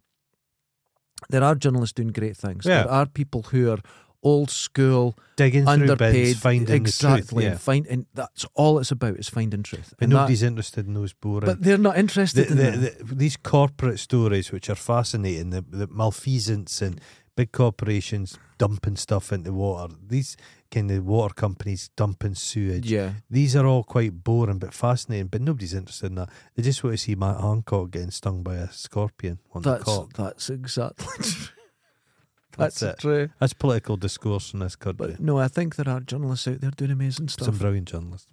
Speaker 1: there are journalists doing great things.
Speaker 2: Yeah.
Speaker 1: There are people who are old school,
Speaker 2: Digging through
Speaker 1: underpaid,
Speaker 2: bins, finding
Speaker 1: exactly,
Speaker 2: the
Speaker 1: and
Speaker 2: truth.
Speaker 1: finding that's all it's about is finding truth.
Speaker 2: Yeah. And
Speaker 1: And that-
Speaker 2: nobody's interested in those boring.
Speaker 1: but they're not
Speaker 2: the,
Speaker 1: interested
Speaker 2: the,
Speaker 1: in that.
Speaker 2: the- these corporate stories, which are fascinating, the, the malfeasance and big corporations dumping stuff into water, these kind of water companies dumping sewage.
Speaker 1: yeah,
Speaker 2: These are all quite boring but fascinating, but nobody's interested in that. They just want to see Matt Hancock getting stung by a scorpion on the
Speaker 1: that's
Speaker 2: cock.
Speaker 1: that's exactly
Speaker 2: That's
Speaker 1: that's,
Speaker 2: it.
Speaker 1: true.
Speaker 2: That's political discourse in this country.
Speaker 1: But no, I think there are journalists out there doing amazing stuff.
Speaker 2: Some brilliant journalists.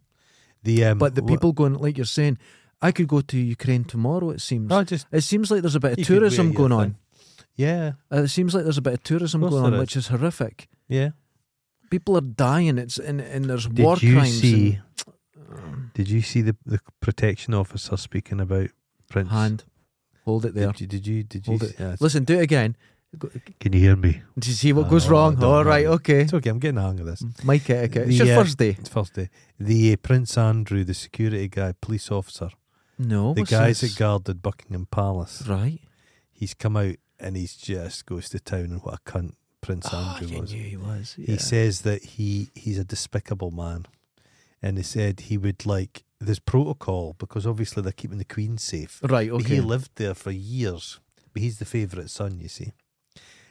Speaker 2: The um,
Speaker 1: but the
Speaker 2: wha-
Speaker 1: people going, like you're saying, I could go to Ukraine tomorrow. It seems.
Speaker 2: No, just
Speaker 1: It seems like there's a bit
Speaker 2: you
Speaker 1: of
Speaker 2: could wear
Speaker 1: tourism
Speaker 2: your
Speaker 1: going on.
Speaker 2: thing. Yeah,
Speaker 1: Uh, it seems like there's a bit of tourism
Speaker 2: Of course
Speaker 1: going on,
Speaker 2: there is.
Speaker 1: which is horrific.
Speaker 2: yeah.
Speaker 1: People are dying. It's and, and there's
Speaker 2: Did
Speaker 1: war
Speaker 2: you
Speaker 1: crimes.
Speaker 2: see-
Speaker 1: and-
Speaker 2: Did you see the the protection officer speaking about Prince?
Speaker 1: hand, hold it there.
Speaker 2: Did you? Did you? Did you
Speaker 1: Hold
Speaker 2: s-
Speaker 1: it.
Speaker 2: yeah, it's-
Speaker 1: Listen, do it again. Go-
Speaker 2: Can you hear me?
Speaker 1: Do you see what
Speaker 2: Oh,
Speaker 1: goes
Speaker 2: I
Speaker 1: wrong?
Speaker 2: don't
Speaker 1: All right,
Speaker 2: know.
Speaker 1: okay.
Speaker 2: It's okay. I'm getting the hang of this.
Speaker 1: My etiquette. It's
Speaker 2: The,
Speaker 1: your
Speaker 2: uh,
Speaker 1: first day.
Speaker 2: It's first day. The uh, Prince Andrew, the security guy, police officer,
Speaker 1: No,
Speaker 2: the
Speaker 1: what's
Speaker 2: guys
Speaker 1: this?
Speaker 2: that guarded Buckingham Palace.
Speaker 1: right.
Speaker 2: He's come out and he's just goes to town and what a cunt Prince
Speaker 1: Oh,
Speaker 2: Andrew
Speaker 1: you
Speaker 2: was.
Speaker 1: knew he was.
Speaker 2: He
Speaker 1: yeah.
Speaker 2: says that he he's a despicable man, and he said he would like there's protocol because obviously they're keeping the Queen safe.
Speaker 1: Right.
Speaker 2: But
Speaker 1: Okay.
Speaker 2: He lived there for years, but he's the favourite son, you see.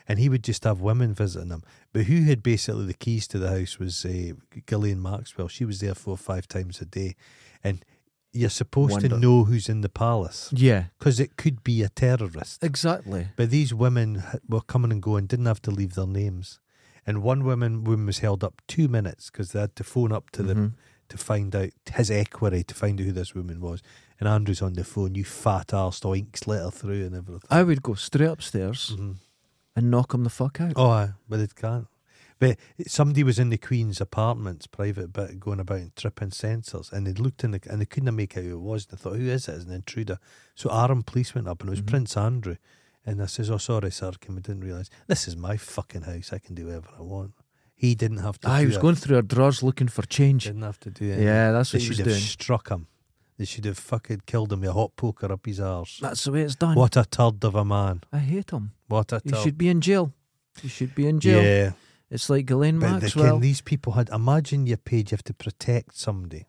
Speaker 2: And he would just have women visiting him. But who had basically the keys to the house was uh, Gillian Maxwell. She was there four or five times a day. And you're supposed to
Speaker 1: Wonder.
Speaker 2: know who's in the palace
Speaker 1: yeah.
Speaker 2: because it could be a terrorist.
Speaker 1: Exactly.
Speaker 2: But these women h- were coming and going, didn't have to leave their names. And one woman, woman was held up two minutes because they had to phone up to them
Speaker 1: Mhm.
Speaker 2: to find out his equerry to find out who this woman was. And Andrew's on the phone, you fat arse, all inks let her through and everything.
Speaker 1: I would go straight upstairs
Speaker 2: Mhm.
Speaker 1: and knock him the fuck out.
Speaker 2: Oh, aye, but it can't. But somebody was in the Queen's apartments, private bit, going about and tripping sensors, and they looked in the, and they couldn't make out who it was. And they thought, who is it? It's an intruder. So armed police went up, and it
Speaker 1: Mm-hmm.
Speaker 2: was Prince Andrew. And I says, oh, sorry, sir, Kim, I didn't realise. This is my fucking house. I can do whatever I want. He didn't have to.
Speaker 1: I
Speaker 2: do
Speaker 1: Ah, was
Speaker 2: it.
Speaker 1: going through our drawers looking for change.
Speaker 2: Didn't have to do it.
Speaker 1: Yeah, that's
Speaker 2: They
Speaker 1: what he
Speaker 2: should
Speaker 1: was doing.
Speaker 2: have struck him. They should have fucking killed him with a hot poker up his arse.
Speaker 1: That's the way it's done.
Speaker 2: What a turd of a man.
Speaker 1: I hate him.
Speaker 2: What a
Speaker 1: He
Speaker 2: turd.
Speaker 1: should be in jail. He should be in jail.
Speaker 2: Yeah.
Speaker 1: It's like Ghislaine
Speaker 2: But the,
Speaker 1: Maxwell
Speaker 2: can these people had imagine you're paid, you have to protect somebody.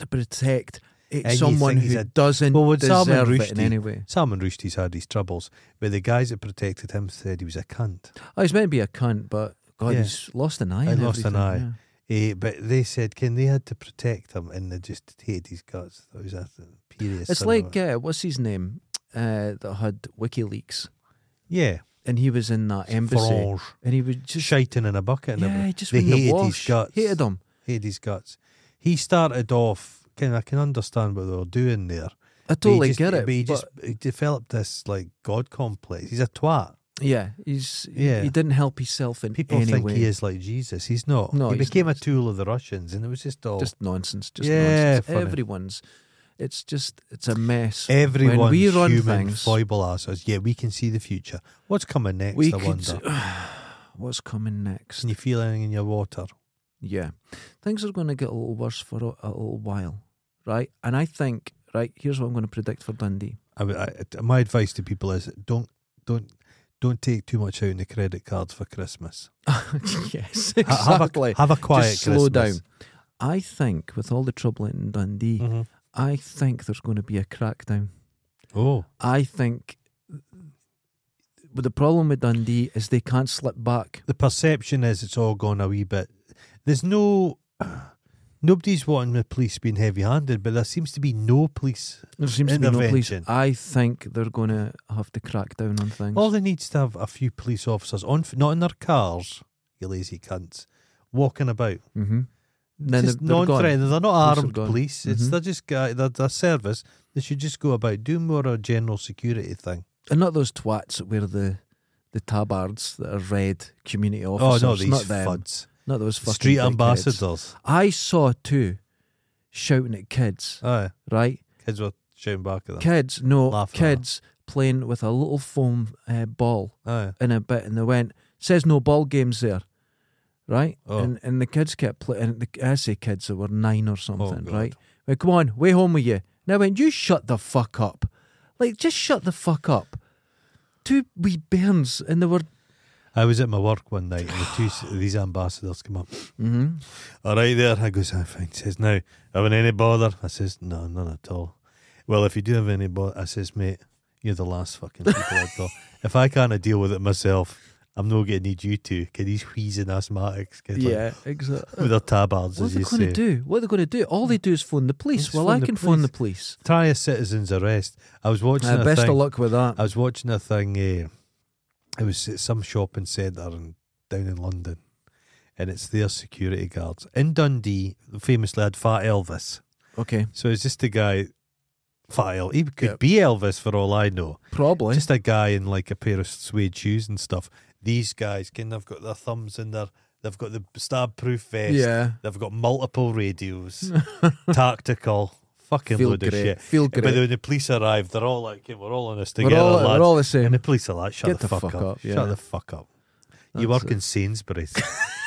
Speaker 1: to protect it's
Speaker 2: And you
Speaker 1: someone
Speaker 2: think he's
Speaker 1: who
Speaker 2: a-
Speaker 1: doesn't
Speaker 2: Well, would Salman
Speaker 1: deserve it in
Speaker 2: Rushdie-
Speaker 1: any way.
Speaker 2: Salman Rushdie's had his troubles, but the guys that protected him said he was a cunt.
Speaker 1: Oh, he's meant to be a cunt, but God,
Speaker 2: Yeah.
Speaker 1: he's lost an eye.
Speaker 2: I
Speaker 1: and
Speaker 2: lost an
Speaker 1: everything,
Speaker 2: eye.
Speaker 1: yeah.
Speaker 2: Eh, but they said, can they had to protect him, and they just hated his guts. That was a period.
Speaker 1: It's like uh, what's his name uh, that had WikiLeaks,
Speaker 2: yeah,
Speaker 1: and he was in that embassy,
Speaker 2: Farange,
Speaker 1: and he was just
Speaker 2: shiting in a bucket, and
Speaker 1: yeah,
Speaker 2: everything.
Speaker 1: he just
Speaker 2: they
Speaker 1: went in
Speaker 2: hated
Speaker 1: the
Speaker 2: his
Speaker 1: wash.
Speaker 2: guts.
Speaker 1: Hated him.
Speaker 2: hated his guts. He started off. Can I can understand what they were doing there.
Speaker 1: I
Speaker 2: but he
Speaker 1: totally
Speaker 2: just-
Speaker 1: get it.
Speaker 2: But he
Speaker 1: but-
Speaker 2: just he developed this like god complex. He's a twat.
Speaker 1: yeah, he's
Speaker 2: Yeah.
Speaker 1: he didn't help himself in
Speaker 2: People
Speaker 1: any
Speaker 2: think
Speaker 1: way.
Speaker 2: he is like Jesus. He's not.
Speaker 1: No,
Speaker 2: he
Speaker 1: he's
Speaker 2: became
Speaker 1: not.
Speaker 2: a tool of the Russians, and it was just all.
Speaker 1: Just nonsense. Just
Speaker 2: Yeah,
Speaker 1: nonsense.
Speaker 2: funny. Eh.
Speaker 1: Everyone's. It's just it's a mess.
Speaker 2: everyone's
Speaker 1: when we run
Speaker 2: human
Speaker 1: things-
Speaker 2: foible asses. Yeah, we can see the future. What's coming next?
Speaker 1: we
Speaker 2: I
Speaker 1: could.
Speaker 2: wonder.
Speaker 1: What's coming next?
Speaker 2: Can you feel anything in your water?
Speaker 1: Yeah. Things are going to get a little worse for a, a little while, right? And I think, right, here's what I'm going to predict for Dundee.
Speaker 2: I, mean, I, I- my advice to people is don't don't don't take too much out on the credit cards for Christmas.
Speaker 1: yes,
Speaker 2: Ha-
Speaker 1: exactly.
Speaker 2: Have a, have a quiet
Speaker 1: Just slow
Speaker 2: Christmas.
Speaker 1: down. I think, with all the trouble in Dundee,
Speaker 2: Mhm.
Speaker 1: I think there's going to be a crackdown.
Speaker 2: Oh,
Speaker 1: I think. But the problem with Dundee is they can't slip back.
Speaker 2: the perception is it's all gone a wee bit. There's no. Nobody's wanting the police being heavy-handed, but there seems to be no police.
Speaker 1: There seems to be no police.
Speaker 2: Intervention.
Speaker 1: I think they're going to have to crack down on things.
Speaker 2: All they need is to have a few police officers on, f- not in their cars, you lazy cunts, walking about.
Speaker 1: hmm Then
Speaker 2: just
Speaker 1: they're- they're gone.
Speaker 2: non-threatening. They're not
Speaker 1: Police are
Speaker 2: armed
Speaker 1: gone.
Speaker 2: police. It's
Speaker 1: Mhm.
Speaker 2: they're just guy. They're, they're service. They should just go about do more of a general security thing.
Speaker 1: And not those twats that wear the the tabards that are red community officers.
Speaker 2: oh no, these
Speaker 1: not them.
Speaker 2: fuds,
Speaker 1: Not those fucking
Speaker 2: street
Speaker 1: dickheads.
Speaker 2: ambassadors.
Speaker 1: I saw two shouting at kids,
Speaker 2: Aye,
Speaker 1: right?
Speaker 2: kids were shouting back at them.
Speaker 1: Kids, no,
Speaker 2: Uh, Laugh at
Speaker 1: kids playing with a little foam uh, ball
Speaker 2: Aye,
Speaker 1: in a bit, and they went says no ball games there, right?
Speaker 2: Oh.
Speaker 1: And and the kids kept playing. The, I say kids that were nine or something,
Speaker 2: God.
Speaker 1: right? Went, come on, way home with you. Now went you shut the fuck up, like just shut the fuck up. Two wee bairns, and they were
Speaker 2: I was at my work one night, and the two s- these ambassadors come up.
Speaker 1: hmm
Speaker 2: All right, there. I goes, I fine. Says now, having any bother? I says, no, none at all. Well, if you do have any bother, I says, mate, you're the last fucking people I call. If I can't deal with it myself, I'm not going to need you to. Can these wheezing asthmatics? Get like,
Speaker 1: Yeah, exactly.
Speaker 2: with their tabards,
Speaker 1: What are
Speaker 2: as
Speaker 1: they
Speaker 2: you
Speaker 1: going
Speaker 2: say.
Speaker 1: to do? What are they going to do? All they do is phone the police.
Speaker 2: Just
Speaker 1: well,
Speaker 2: phone
Speaker 1: I
Speaker 2: the
Speaker 1: can phone the police.
Speaker 2: Try a citizen's arrest. I was watching.
Speaker 1: Uh,
Speaker 2: a
Speaker 1: best
Speaker 2: thing.
Speaker 1: of luck with that.
Speaker 2: I was watching a thing. Uh, it was at some shopping centre in, down in London, and it's their security guards in Dundee. Famously had Fat Elvis,
Speaker 1: okay,
Speaker 2: so it's just a guy. Fat El- he could
Speaker 1: Yep.
Speaker 2: be Elvis for all I know.
Speaker 1: probably.
Speaker 2: Just a guy in like a pair of suede shoes and stuff. These guys, kind of got their thumbs in their. They've got the stab-proof vest.
Speaker 1: yeah,
Speaker 2: They've got multiple radios, tactical, fucking
Speaker 1: feel
Speaker 2: load of
Speaker 1: great.
Speaker 2: shit.
Speaker 1: Feel
Speaker 2: But
Speaker 1: great.
Speaker 2: then when the police arrive, they're all like, "Okay, we're all on this
Speaker 1: we're
Speaker 2: together,
Speaker 1: all,
Speaker 2: lads.
Speaker 1: we're all the
Speaker 2: And
Speaker 1: same.
Speaker 2: the police are like, shut
Speaker 1: Get
Speaker 2: the, fuck, up.
Speaker 1: yeah.
Speaker 2: Shut the fuck up. you
Speaker 1: That's
Speaker 2: work
Speaker 1: it.
Speaker 2: in Sainsbury's.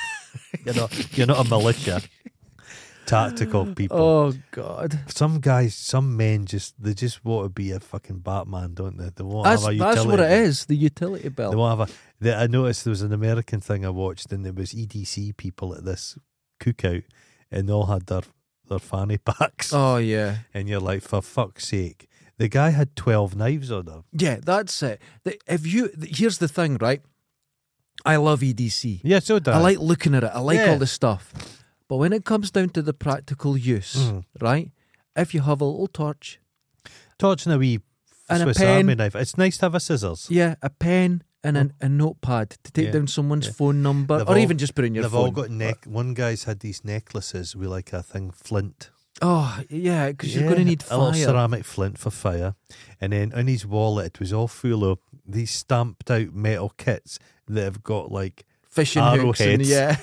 Speaker 2: you're, not, you're not a militia. Tactical people.
Speaker 1: Oh God,
Speaker 2: Some guys, some men just, they just want to be a fucking Batman, don't they? They want
Speaker 1: that's
Speaker 2: have a
Speaker 1: that's what it
Speaker 2: utility-
Speaker 1: is. The utility
Speaker 2: They
Speaker 1: bill.
Speaker 2: want to have a, they, I noticed there was an American thing I watched and there was EDC people at this cookout and they all had their, their fanny packs.
Speaker 1: Oh yeah,
Speaker 2: And you're like, for fuck's sake. The guy had 12 knives on him.
Speaker 1: yeah. That's it. The- If you th- here's the thing, right? I love EDC.
Speaker 2: Yeah, so did
Speaker 1: I like looking at it. I like
Speaker 2: Yeah.
Speaker 1: all the stuff. But when it comes down to the practical use,
Speaker 2: Mm.
Speaker 1: right? If you have a little torch,
Speaker 2: Torching a wee
Speaker 1: And a
Speaker 2: Swiss
Speaker 1: pen.
Speaker 2: Army knife. It's nice to have a scissors.
Speaker 1: yeah, a pen and an, a notepad to take
Speaker 2: Yeah.
Speaker 1: down someone's
Speaker 2: Yeah.
Speaker 1: phone number,
Speaker 2: They've
Speaker 1: or
Speaker 2: all-
Speaker 1: even just put in your
Speaker 2: They've
Speaker 1: phone.
Speaker 2: all got neck. One guy's had these necklaces with like a thing flint.
Speaker 1: Oh yeah, because you're
Speaker 2: Yeah,
Speaker 1: going to need
Speaker 2: a little
Speaker 1: fire.
Speaker 2: ceramic flint for fire. And then in his wallet, it was all full of these stamped out metal kits that have got like
Speaker 1: Fishing hooks. And,
Speaker 2: arrowheads.
Speaker 1: yeah,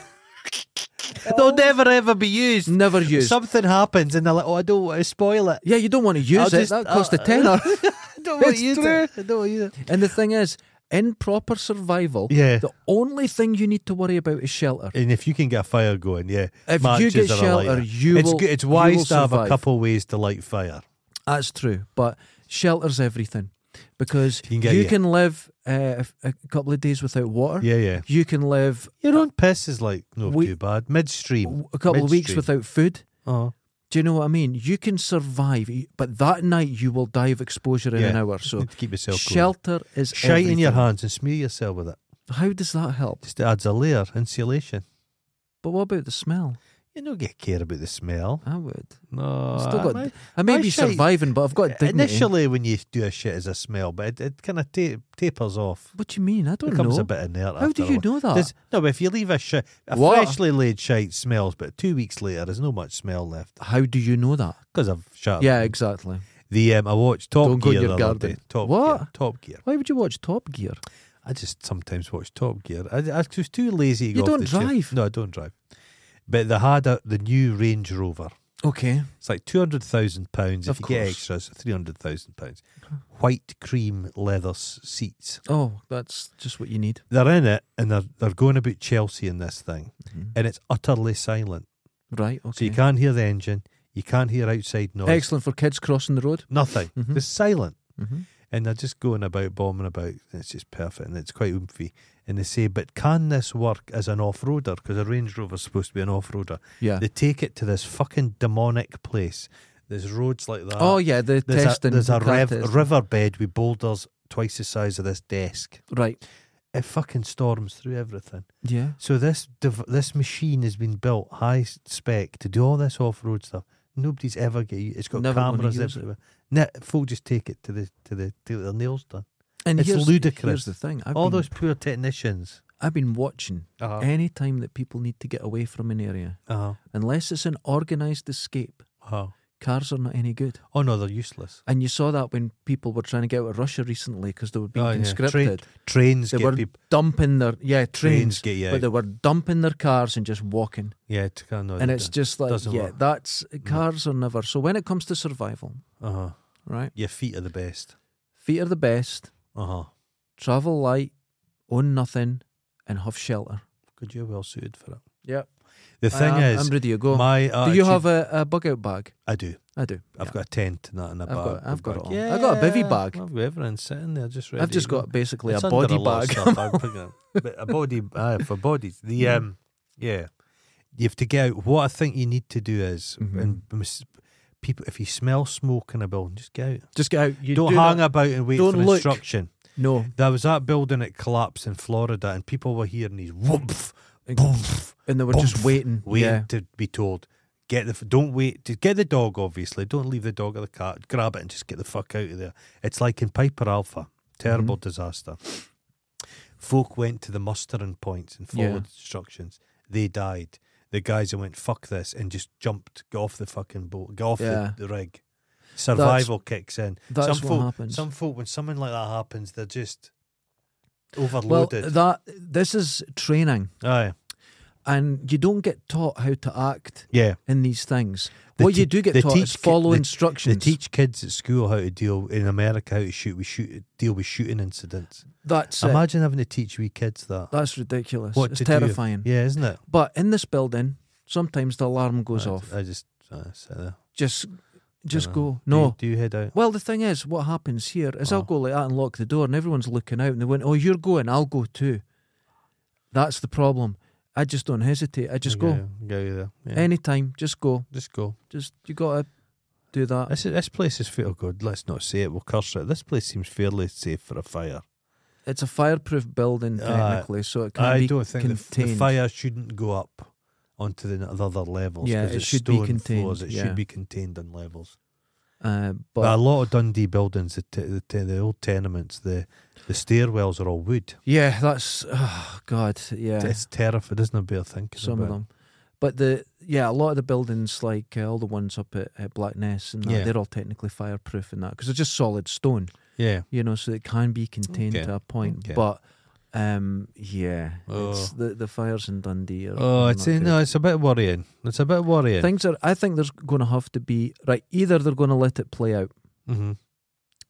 Speaker 1: Oh.
Speaker 2: they'll never ever be used.
Speaker 1: never used.
Speaker 2: Something happens and they're like, "Oh, I don't want to spoil it.
Speaker 1: Yeah, you don't want to use
Speaker 2: I'll
Speaker 1: it.
Speaker 2: just- uh,
Speaker 1: that cost a
Speaker 2: I'll-
Speaker 1: tenner.
Speaker 2: I don't want
Speaker 1: It's
Speaker 2: to use
Speaker 1: true.
Speaker 2: it. I don't want to use it."
Speaker 1: and the thing is, in proper survival,
Speaker 2: Yeah.
Speaker 1: the only thing you need to worry about is shelter.
Speaker 2: And if you can get a fire going, yeah,
Speaker 1: If you
Speaker 2: matches
Speaker 1: get
Speaker 2: are a
Speaker 1: shelter,
Speaker 2: lighter.
Speaker 1: you
Speaker 2: it's
Speaker 1: will.
Speaker 2: good. It's
Speaker 1: you will
Speaker 2: wise to have a
Speaker 1: survive.
Speaker 2: couple ways to light fire.
Speaker 1: That's true, but shelter's everything because
Speaker 2: You
Speaker 1: you
Speaker 2: can
Speaker 1: can,
Speaker 2: get- yeah.
Speaker 1: live uh, a a couple of days without water.
Speaker 2: Yeah, yeah.
Speaker 1: You can live
Speaker 2: Your own piss is like no
Speaker 1: We-
Speaker 2: too bad. Midstream.
Speaker 1: a couple of weeks
Speaker 2: Midstream.
Speaker 1: without food.
Speaker 2: Oh.
Speaker 1: Do you know what I mean? You can survive, y- but that night you will die of exposure in an
Speaker 2: Yeah.
Speaker 1: hour. So
Speaker 2: Need to keep yourself cool.
Speaker 1: shelter is
Speaker 2: Shite in your
Speaker 1: everything.
Speaker 2: hands and smear yourself with it.
Speaker 1: How does that help?
Speaker 2: Just adds a layer, insulation.
Speaker 1: But what about the smell?
Speaker 2: You don't get care about the smell.
Speaker 1: I would.
Speaker 2: No,
Speaker 1: Still got
Speaker 2: I-
Speaker 1: I may
Speaker 2: I
Speaker 1: be
Speaker 2: shite- Uh,
Speaker 1: surviving, but I've got dignity.
Speaker 2: initially when you do a shit as a smell, but it, it kind of ta- tapers off.
Speaker 1: what do you mean? I don't
Speaker 2: becomes
Speaker 1: know.
Speaker 2: a bit inert.
Speaker 1: How
Speaker 2: after
Speaker 1: do
Speaker 2: a
Speaker 1: you
Speaker 2: while.
Speaker 1: know that?
Speaker 2: There's- no, but if you leave a shit, a
Speaker 1: What?
Speaker 2: freshly laid shite smells, but two weeks later there's no much smell left
Speaker 1: How do you know that?
Speaker 2: because I've shut. up.
Speaker 1: Yeah, exactly.
Speaker 2: The um, I watched Top
Speaker 1: Don't go in your
Speaker 2: Gear the other
Speaker 1: garden.
Speaker 2: day. Top
Speaker 1: What?
Speaker 2: Gear. Top Gear.
Speaker 1: Why would you watch Top Gear?
Speaker 2: I just sometimes watch Top Gear. I, I was too lazy. To
Speaker 1: You
Speaker 2: go off
Speaker 1: don't
Speaker 2: the chair.
Speaker 1: drive.
Speaker 2: No, I don't drive. But they had a, the new Range Rover.
Speaker 1: Okay.
Speaker 2: It's like two hundred thousand pounds. If
Speaker 1: Of
Speaker 2: you get
Speaker 1: course.
Speaker 2: extras, three hundred thousand pounds. White cream leather s- seats.
Speaker 1: Oh, that's just what you need.
Speaker 2: They're in it, and they're they're going about Chelsea in this thing, and it's utterly silent.
Speaker 1: Right. Okay.
Speaker 2: Mm-hmm. So you can't hear the engine. You can't hear outside noise.
Speaker 1: Excellent for kids crossing the road.
Speaker 2: Nothing.
Speaker 1: Mhm.
Speaker 2: It's silent.
Speaker 1: Mhm.
Speaker 2: and they're just going about bombing about, and it's just perfect, and it's quite oomphy. And they say, but can this work as an off-roader? Because a Range Rover's supposed to be an off-roader.
Speaker 1: Yeah.
Speaker 2: They take it to this fucking demonic place. There's roads like that.
Speaker 1: oh yeah, the
Speaker 2: uh, there's
Speaker 1: testing.
Speaker 2: a, there's a
Speaker 1: the car
Speaker 2: rev-
Speaker 1: test.
Speaker 2: riverbed with boulders twice the size of this desk.
Speaker 1: Right.
Speaker 2: It fucking storms through everything.
Speaker 1: Yeah.
Speaker 2: So this div- this machine has been built high s- spec to do all this off-road stuff. Nobody's ever get it's got
Speaker 1: Never gonna
Speaker 2: cameras
Speaker 1: use it.
Speaker 2: everywhere. No, folk just take it to the to the to their nails done.
Speaker 1: And
Speaker 2: It's
Speaker 1: here's, Here's
Speaker 2: ludicrous.
Speaker 1: the thing. I've
Speaker 2: all
Speaker 1: been, Eh.
Speaker 2: those poor technicians.
Speaker 1: I've been watching.
Speaker 2: Uh-huh.
Speaker 1: Any time that people need to get away from an area,
Speaker 2: uh-huh.
Speaker 1: unless it's an organised escape,
Speaker 2: Uh-huh.
Speaker 1: cars are not any good.
Speaker 2: Oh no, they're useless.
Speaker 1: And you saw that when people were trying to get out of Russia recently because they were being
Speaker 2: Oh, yeah.
Speaker 1: conscripted.
Speaker 2: Train- trains
Speaker 1: They
Speaker 2: get
Speaker 1: were
Speaker 2: people.
Speaker 1: dumping their yeah trains,
Speaker 2: Trains get you
Speaker 1: but
Speaker 2: out.
Speaker 1: they were dumping their cars and just walking.
Speaker 2: Yeah, to kind of.
Speaker 1: and it's just like
Speaker 2: Oh, doesn't
Speaker 1: yeah,
Speaker 2: work.
Speaker 1: that's cars are never. So when it comes to survival,
Speaker 2: Uh huh.
Speaker 1: right,
Speaker 2: Your feet are the best.
Speaker 1: feet are the best.
Speaker 2: Uh huh.
Speaker 1: Travel light, own nothing, and have shelter.
Speaker 2: Good, you're well suited for it.
Speaker 1: Yep. Um,
Speaker 2: The thing
Speaker 1: I'm,
Speaker 2: is,
Speaker 1: I'm ready to go.
Speaker 2: my
Speaker 1: Do you
Speaker 2: attitude-
Speaker 1: have a, a bug out bag?
Speaker 2: I do.
Speaker 1: I do.
Speaker 2: I've
Speaker 1: yeah.
Speaker 2: got a tent and that in a
Speaker 1: I've
Speaker 2: bag.
Speaker 1: got- I've got
Speaker 2: bag.
Speaker 1: it all. I've got a bivy bag.
Speaker 2: I've got everything sitting there just ready.
Speaker 1: I've just
Speaker 2: to go.
Speaker 1: got basically
Speaker 2: It's
Speaker 1: a
Speaker 2: under
Speaker 1: body
Speaker 2: lot of
Speaker 1: bag.
Speaker 2: stuff, I'm thinking. but a body uh, for bodies. The
Speaker 1: Mm-hmm.
Speaker 2: um, yeah, you have to get out. What I think you need to do is,
Speaker 1: Mhm.
Speaker 2: and mis- people, if you smell smoke in a building, just get out.
Speaker 1: Just get out. You
Speaker 2: don't
Speaker 1: do
Speaker 2: hang
Speaker 1: not-
Speaker 2: about and wait
Speaker 1: don't
Speaker 2: for
Speaker 1: look.
Speaker 2: instruction.
Speaker 1: No,
Speaker 2: There was that building that collapsed in Florida, and people were hearing these whoomph, boomf,
Speaker 1: and they were just
Speaker 2: Boom.
Speaker 1: waiting.
Speaker 2: waiting
Speaker 1: Yeah.
Speaker 2: to be told. Get the f- don't wait to get the dog. Obviously, don't leave the dog or the cat. Grab it and just get the fuck out of there. It's like in Piper Alpha, terrible
Speaker 1: Mm-hmm.
Speaker 2: disaster. Folk went to the mustering points and
Speaker 1: Yeah.
Speaker 2: followed instructions. They died. The guys who went fuck this and just jumped, got off the fucking boat, got off
Speaker 1: Yeah.
Speaker 2: the, the rig. Survival kicks in.
Speaker 1: That's
Speaker 2: some
Speaker 1: what
Speaker 2: folk,
Speaker 1: happens.
Speaker 2: Some folk, when something like that happens, they're just
Speaker 1: Well,
Speaker 2: overloaded.
Speaker 1: that this is training,
Speaker 2: Aye.
Speaker 1: and you don't get taught how to act
Speaker 2: Yeah.
Speaker 1: in these things.
Speaker 2: They
Speaker 1: what you
Speaker 2: te-
Speaker 1: do get
Speaker 2: they
Speaker 1: taught is
Speaker 2: teach ki-
Speaker 1: follow
Speaker 2: they- They
Speaker 1: instructions.
Speaker 2: teach kids at school how to deal in America how to shoot. We shoot deal with shooting incidents.
Speaker 1: That's it.
Speaker 2: Imagine having to teach wee kids that.
Speaker 1: That's ridiculous.
Speaker 2: What
Speaker 1: it's
Speaker 2: to do.
Speaker 1: terrifying.
Speaker 2: Yeah, isn't it?
Speaker 1: But in this building, sometimes the alarm goes
Speaker 2: I,
Speaker 1: off.
Speaker 2: I just uh, sit there.
Speaker 1: just, just
Speaker 2: dunno.
Speaker 1: go.
Speaker 2: Do
Speaker 1: No.
Speaker 2: you- Do, you head out?
Speaker 1: Well, the thing is, what happens here is I'll
Speaker 2: Oh.
Speaker 1: go like that and lock the door, and everyone's looking out, and they went, "Oh, you're going, I'll go too." That's the problem. I just don't hesitate. I just go
Speaker 2: Go, go there. Yeah.
Speaker 1: anytime. Just go.
Speaker 2: just go.
Speaker 1: Just you gotta do that.
Speaker 2: This, this place is fair good. Let's not say it. We'll curse it. This place seems fairly safe for a fire.
Speaker 1: It's a fireproof building
Speaker 2: Uh,
Speaker 1: technically, so it can
Speaker 2: I
Speaker 1: be
Speaker 2: don't think the f- the,
Speaker 1: contained.
Speaker 2: fire shouldn't go up onto the, n- the other levels.
Speaker 1: Yeah,
Speaker 2: 'cause
Speaker 1: it
Speaker 2: it's
Speaker 1: should be
Speaker 2: stone
Speaker 1: contained,
Speaker 2: Floors. It
Speaker 1: yeah.
Speaker 2: should be contained on levels.
Speaker 1: uh,
Speaker 2: But,
Speaker 1: but
Speaker 2: a lot of Dundee buildings, the, te- the, te- the old tenements, the, the stairwells are all wood.
Speaker 1: yeah, that's oh god, yeah,
Speaker 2: It's terrifying, isn't it? Bear thinking
Speaker 1: some
Speaker 2: about.
Speaker 1: of them. But the yeah, a lot of the buildings, like uh, all the ones up at, at Blackness, and that,
Speaker 2: Yeah.
Speaker 1: they're all technically fireproof and that because they're just solid stone.
Speaker 2: Yeah,
Speaker 1: you know, so it can be contained
Speaker 2: Okay.
Speaker 1: to a point.
Speaker 2: Okay.
Speaker 1: But um, yeah, it's
Speaker 2: Oh.
Speaker 1: the the fires in Dundee. Are,
Speaker 2: Oh,
Speaker 1: are
Speaker 2: it's
Speaker 1: not
Speaker 2: no, it's a bit worrying. It's a bit
Speaker 1: good.
Speaker 2: worrying.
Speaker 1: Things are. I think there's going to have to be right. Either they're going to let it play out,
Speaker 2: hmm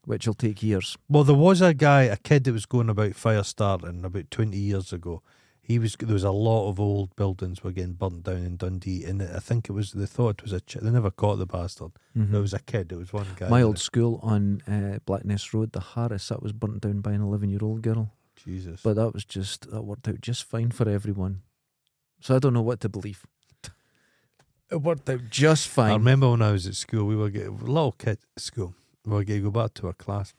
Speaker 1: which will take years.
Speaker 2: Well, there was a guy, a kid that was going about fire starting about twenty years ago. He was there was a lot of old buildings were getting burnt down in Dundee, and I think it was they thought it was a ch- they never caught the bastard. There was a kid. There was one guy.
Speaker 1: Mm-hmm. My old school on uh, Blackness Road, the Harris, that was burnt down by an eleven-year-old girl.
Speaker 2: Jesus.
Speaker 1: But that was just that worked out just fine for everyone. So I don't know what to believe. It worked out just
Speaker 2: I
Speaker 1: fine.
Speaker 2: remember when I was at school, we were getting little kid at school. We were going to go back to our class,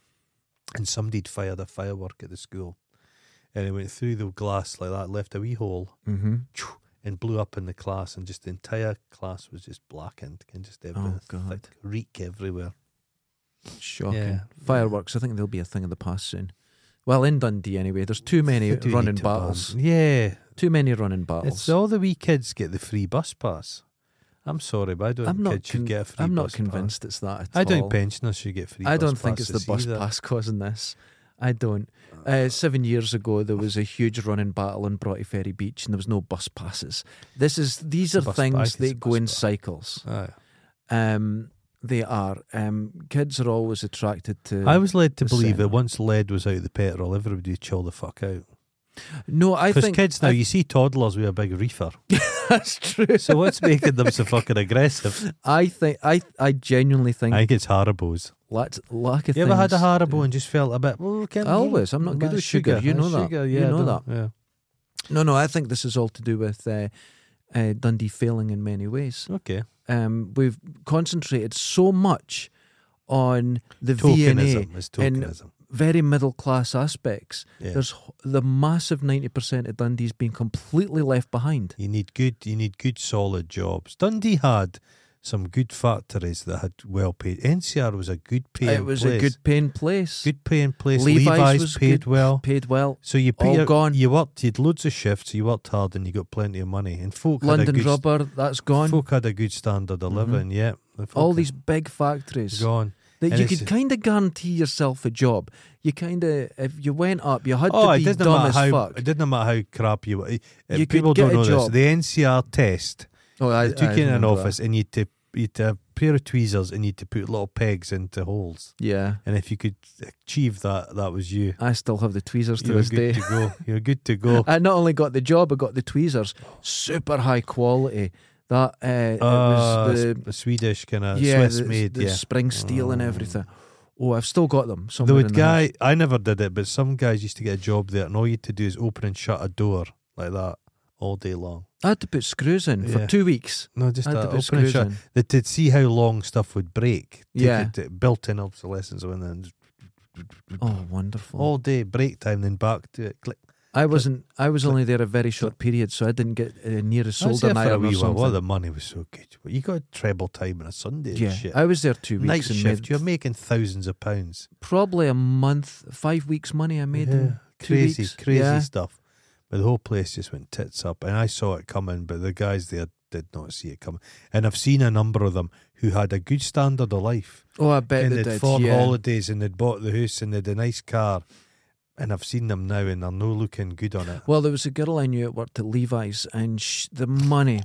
Speaker 2: and somebody'd fired a firework at the school, and it went through the glass like that, left a wee hole,
Speaker 1: Mm-hmm.
Speaker 2: and blew up in the class, and just the entire class was just blackened and
Speaker 1: Oh.
Speaker 2: just everything
Speaker 1: God.
Speaker 2: thick, reek everywhere.
Speaker 1: Shocking.
Speaker 2: Yeah.
Speaker 1: Fireworks, I think they'll be a thing of the past soon. Well, in Dundee anyway, there's too many
Speaker 2: They do need
Speaker 1: running
Speaker 2: to ban-
Speaker 1: battles.
Speaker 2: Yeah,
Speaker 1: Too many running battles.
Speaker 2: it's all the wee kids get the free bus pass. I'm sorry, but I don't
Speaker 1: I'm
Speaker 2: think
Speaker 1: not
Speaker 2: kids
Speaker 1: con-
Speaker 2: should get a free.
Speaker 1: I'm not
Speaker 2: bus pass.
Speaker 1: convinced it's that at
Speaker 2: I don't
Speaker 1: all.
Speaker 2: think pensioners should get free.
Speaker 1: I
Speaker 2: bus
Speaker 1: don't think it's the
Speaker 2: passes
Speaker 1: bus
Speaker 2: either.
Speaker 1: pass causing this. I don't. Uh, seven years ago, there was a huge running battle in Broughty Ferry Beach, and there was no bus passes. This is these are
Speaker 2: Bus pass
Speaker 1: things
Speaker 2: is
Speaker 1: that
Speaker 2: a
Speaker 1: go
Speaker 2: bus
Speaker 1: in
Speaker 2: pass.
Speaker 1: cycles.
Speaker 2: Aye.
Speaker 1: Um, they are. Um, kids are always attracted to.
Speaker 2: I was led to
Speaker 1: the
Speaker 2: believe that
Speaker 1: centre.
Speaker 2: once lead was out of the petrol, everybody would chill the fuck out.
Speaker 1: no, I
Speaker 2: Because
Speaker 1: think
Speaker 2: kids now,
Speaker 1: I-
Speaker 2: you see toddlers with a big reefer.
Speaker 1: that's true.
Speaker 2: So what's making them so fucking aggressive?
Speaker 1: I think I I genuinely think
Speaker 2: I think it's Haribo's.
Speaker 1: Lack, lack of
Speaker 2: You ever had a
Speaker 1: things.
Speaker 2: Haribo and just felt a bit? Well, can't
Speaker 1: I always- I'm not good with sugar, you know that.
Speaker 2: Sugar,
Speaker 1: You
Speaker 2: yeah, I
Speaker 1: know
Speaker 2: don't- Yeah.
Speaker 1: No, no. I think this is all to do with uh, uh, Dundee failing in many ways.
Speaker 2: Okay.
Speaker 1: Um, we've concentrated so much on the VNA,
Speaker 2: Tokenism is
Speaker 1: and-
Speaker 2: tokenism.
Speaker 1: very middle class aspects.
Speaker 2: Yeah.
Speaker 1: There's h- the massive ninety percent of Dundee's being completely left behind.
Speaker 2: You need good. You need good, solid jobs. Dundee had some good factories that had well paid. NCR was a good paying.
Speaker 1: it was a
Speaker 2: place.
Speaker 1: good paying place.
Speaker 2: good paying place.
Speaker 1: Levi's
Speaker 2: Levi's,
Speaker 1: was
Speaker 2: paid
Speaker 1: good-
Speaker 2: well.
Speaker 1: paid well.
Speaker 2: So you pay
Speaker 1: All
Speaker 2: your-
Speaker 1: gone.
Speaker 2: You worked. You'd loads of shifts. You worked hard, and you got plenty of money. And folk had a
Speaker 1: London
Speaker 2: good,
Speaker 1: Rubber, that's gone. Mm-hmm.
Speaker 2: Folk had a good standard of living. Yeah, The folk
Speaker 1: all
Speaker 2: had-
Speaker 1: these big factories.
Speaker 2: gone.
Speaker 1: That
Speaker 2: And
Speaker 1: you
Speaker 2: it's-
Speaker 1: could kind of guarantee yourself a job. You kind of, if you went up, you had
Speaker 2: Oh,
Speaker 1: to
Speaker 2: it
Speaker 1: be
Speaker 2: didn't
Speaker 1: dumb
Speaker 2: matter
Speaker 1: as
Speaker 2: how.
Speaker 1: fuck.
Speaker 2: It didn't matter how crap you were. eh, eh,
Speaker 1: You could
Speaker 2: people
Speaker 1: get
Speaker 2: don't
Speaker 1: a
Speaker 2: know this.
Speaker 1: job.
Speaker 2: The NCR test.
Speaker 1: oh, I,
Speaker 2: They took
Speaker 1: I
Speaker 2: you in an
Speaker 1: remember that.
Speaker 2: office, and you had to you had to have a pair of tweezers, and you had to put little pegs into holes.
Speaker 1: Yeah,
Speaker 2: And if you could achieve that, that was you.
Speaker 1: I still have the tweezers to
Speaker 2: You're
Speaker 1: this
Speaker 2: good
Speaker 1: day.
Speaker 2: to go. You're good to go.
Speaker 1: I not only got the job, I got the tweezers. Super high quality. That uh, it was the
Speaker 2: Ah, the Swedish kind of
Speaker 1: yeah,
Speaker 2: Oh, uh, Swiss
Speaker 1: the,
Speaker 2: made.
Speaker 1: the
Speaker 2: yeah,
Speaker 1: spring steel and
Speaker 2: Mm.
Speaker 1: everything. Oh, I've still got them.
Speaker 2: There
Speaker 1: Somewhere
Speaker 2: would
Speaker 1: in the house.
Speaker 2: guy. I never did it, but some guys used to get a job there, and all you had to do is open and shut a door like that all day long.
Speaker 1: I had to put screws in
Speaker 2: Yeah.
Speaker 1: for two weeks.
Speaker 2: No, just
Speaker 1: I had
Speaker 2: that,
Speaker 1: to put
Speaker 2: open and
Speaker 1: screws
Speaker 2: shut.
Speaker 1: in.
Speaker 2: They to see how long stuff would break. Take
Speaker 1: Yeah.
Speaker 2: it to- built-in obsolescence, and then just
Speaker 1: Oh, wonderful!
Speaker 2: all day break time, then back to it. Click.
Speaker 1: I wasn't. I was only there a very short period, so I didn't get uh, near a
Speaker 2: Oh, I was
Speaker 1: solder
Speaker 2: there for a
Speaker 1: iron or
Speaker 2: wee while.
Speaker 1: something.
Speaker 2: Well, the money was so good. Well, You got treble time on a Sunday. and
Speaker 1: yeah,
Speaker 2: shit.
Speaker 1: I was there two weeks.
Speaker 2: night
Speaker 1: and
Speaker 2: shift.
Speaker 1: made
Speaker 2: You're making thousands of pounds.
Speaker 1: probably a month, five weeks money. I made in two
Speaker 2: crazy,
Speaker 1: weeks.
Speaker 2: crazy
Speaker 1: Yeah.
Speaker 2: stuff. But the whole place just went tits up, and I saw it coming. But the guys there did not see it coming, and I've seen a number of them who had a good standard of life,
Speaker 1: Oh, I bet
Speaker 2: and
Speaker 1: they
Speaker 2: they'd
Speaker 1: did.
Speaker 2: fought
Speaker 1: yeah.
Speaker 2: holidays, and they'd bought the house, and they'd a nice car, and I've seen them now, and they're no looking good on it.
Speaker 1: Well, there was a girl I knew at worked at Levi's, and sh- the money,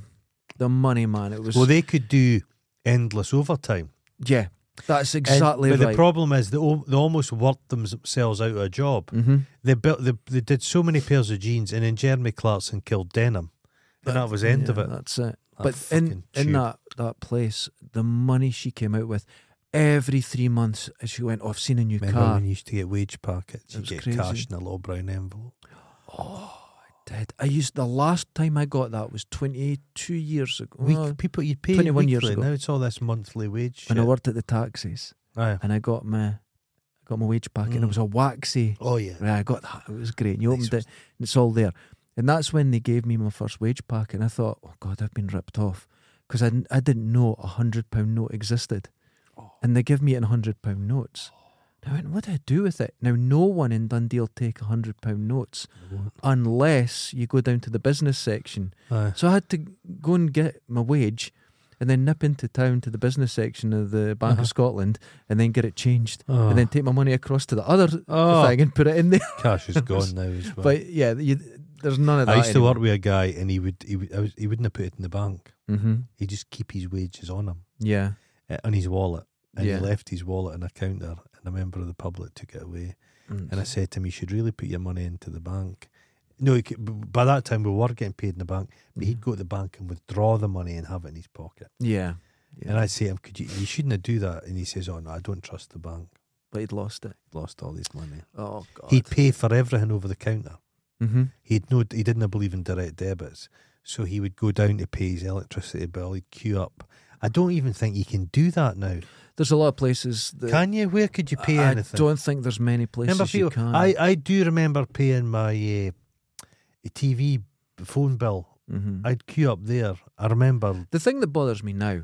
Speaker 1: the money, man. It was
Speaker 2: Well, they could do endless overtime.
Speaker 1: yeah. That's
Speaker 2: And-
Speaker 1: exactly
Speaker 2: but
Speaker 1: right.
Speaker 2: the problem is they, al- they almost worked themselves out of a job.
Speaker 1: mm-hmm.
Speaker 2: They built. They, they did so many pairs of jeans, and then Jeremy Clarkson killed Denham, and that was the end of
Speaker 1: Yeah,
Speaker 2: it.
Speaker 1: That's it.
Speaker 2: That
Speaker 1: but in
Speaker 2: fucking
Speaker 1: in
Speaker 2: tube.
Speaker 1: that that place, the money she came out with every three months, she went, "Oh, I've seen a new
Speaker 2: Remember
Speaker 1: car."
Speaker 2: when you used to get wage packets? You
Speaker 1: was
Speaker 2: get
Speaker 1: crazy.
Speaker 2: cash in a little brown envelope.
Speaker 1: Did Oh, I used the last time I got that was twenty two years ago,
Speaker 2: Week,
Speaker 1: Oh,
Speaker 2: people you pay
Speaker 1: 21
Speaker 2: weekly.
Speaker 1: years ago.
Speaker 2: Now it's all this monthly wage.
Speaker 1: when I
Speaker 2: shit.
Speaker 1: worked at the taxis,
Speaker 2: Aye.
Speaker 1: and I got my I got my wage packet, and
Speaker 2: Mm.
Speaker 1: it was a waxy.
Speaker 2: Oh yeah.
Speaker 1: Right, I got that. It was great. And you
Speaker 2: Nice
Speaker 1: opened it, and it's all there. And that's when they gave me my first wage packet, and I thought, "Oh God, I've been ripped off," because I, didn't- I didn't know a hundred pound note existed. and they give me it in hundred pound notes. And I went, what do I do with it? Now, no one in Dundee will take hundred pound notes unless you go down to the business section.
Speaker 2: Aye.
Speaker 1: So I had to go and get my wage, and then nip into town to the business section of the Bank
Speaker 2: Uh-huh.
Speaker 1: of Scotland, and then get it changed,
Speaker 2: Oh.
Speaker 1: and then take my money across to the other
Speaker 2: Oh.
Speaker 1: thing and put it in there.
Speaker 2: cash is gone now as well.
Speaker 1: But yeah, you, there's none of that.
Speaker 2: I used to work with a guy, and he would he would, I was, he wouldn't have put it in the bank.
Speaker 1: Mm-hmm.
Speaker 2: He'd just keep his wages on him
Speaker 1: Yeah.
Speaker 2: uh, on his wallet, and
Speaker 1: Yeah.
Speaker 2: he left his wallet in a counter, and a member of the public took it away.
Speaker 1: Mm.
Speaker 2: And I said to him, "You should really put your money into the bank." No, he could, b- by that time we were getting paid in the bank, but he'd go to the bank and withdraw the money and have it in his pocket.
Speaker 1: yeah.
Speaker 2: And I say to him, "Could you? You shouldn't do that." And he says, "Oh no, I don't trust the bank.
Speaker 1: But he'd lost it.
Speaker 2: Lost all this money.
Speaker 1: Oh God.
Speaker 2: He'd pay for everything over the counter.
Speaker 1: mm-hmm.
Speaker 2: He'd no, he didn't believe in direct debits, so he would go down to pay his electricity bill. He'd queue up. I don't even think you can do that now.
Speaker 1: There's a lot of places that
Speaker 2: Can you? Where could you pay
Speaker 1: I
Speaker 2: anything?
Speaker 1: don't think there's many places
Speaker 2: remember
Speaker 1: you
Speaker 2: people-
Speaker 1: can.
Speaker 2: I, I do remember paying my uh, TV phone bill.
Speaker 1: Mhm.
Speaker 2: I'd queue up there. I remember.
Speaker 1: the thing that bothers me now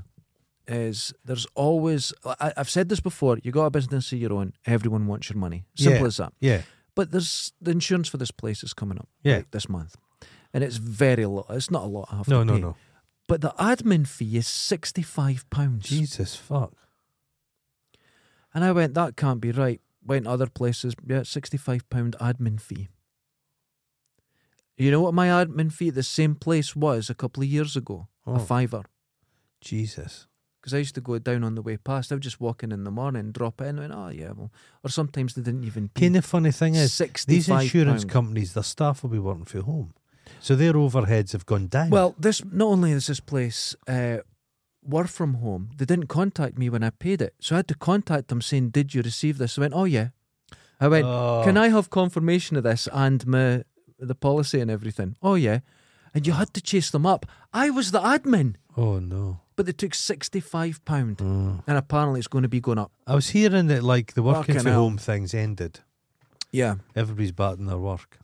Speaker 1: is there's always I, I've said this before. You got a business of your own. Everyone wants your money. Simple
Speaker 2: Yeah.
Speaker 1: as that.
Speaker 2: Yeah,
Speaker 1: But there's the insurance for this place is coming up.
Speaker 2: Yeah.
Speaker 1: like, this month, and it's very low. It's not a lot. I have
Speaker 2: no,
Speaker 1: to
Speaker 2: no,
Speaker 1: pay.
Speaker 2: no.
Speaker 1: But the admin fee is sixty five pounds.
Speaker 2: Jesus fuck.
Speaker 1: And I went, that can't be right. Went other places. Yeah, sixty five pound admin fee. You know what my admin fee at the same place was a couple of years ago?
Speaker 2: Oh,
Speaker 1: A fiver.
Speaker 2: Jesus.
Speaker 1: because I used to go down on the way past. I would just walk in in the morning, drop in, and went, oh yeah, well. Or sometimes they didn't even pay.
Speaker 2: Kind of funny thing is, these
Speaker 1: 65
Speaker 2: insurance
Speaker 1: pound.
Speaker 2: companies, their staff will be working from home, so their overheads have gone down.
Speaker 1: Well, this not only is this place uh, were from home, they didn't contact me when I paid it, so I had to contact them saying, "Did you receive this?" I went, "Oh yeah." I went,
Speaker 2: Oh.
Speaker 1: "Can I have confirmation of this and my the policy and everything?" Oh yeah, and you had to chase them up. I was the admin,
Speaker 2: oh no.
Speaker 1: but they took sixty five pound,
Speaker 2: Mm.
Speaker 1: and apparently it's going to be going up.
Speaker 2: I was hearing that like the working
Speaker 1: Fucking
Speaker 2: from
Speaker 1: hell.
Speaker 2: home things ended.
Speaker 1: Yeah,
Speaker 2: Everybody's back in their work.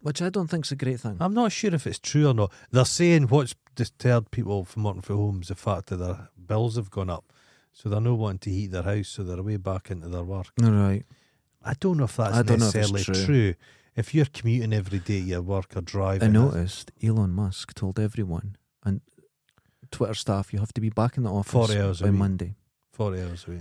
Speaker 1: which I don't think's a great thing.
Speaker 2: I'm not sure if it's true or not. They're saying what's deterred people from working from home is the fact that their bills have gone up, so they're not wanting to heat their house, so they're way back into their work.
Speaker 1: All right.
Speaker 2: I don't know if that's
Speaker 1: I don't know if it's
Speaker 2: necessarily
Speaker 1: true.
Speaker 2: true. If you're commuting every day, your work or driving,
Speaker 1: I
Speaker 2: it-
Speaker 1: noticed Elon Musk told everyone and Twitter staff you have to be back in the office
Speaker 2: 40 hours a
Speaker 1: by
Speaker 2: week.
Speaker 1: Monday.
Speaker 2: forty hours a week.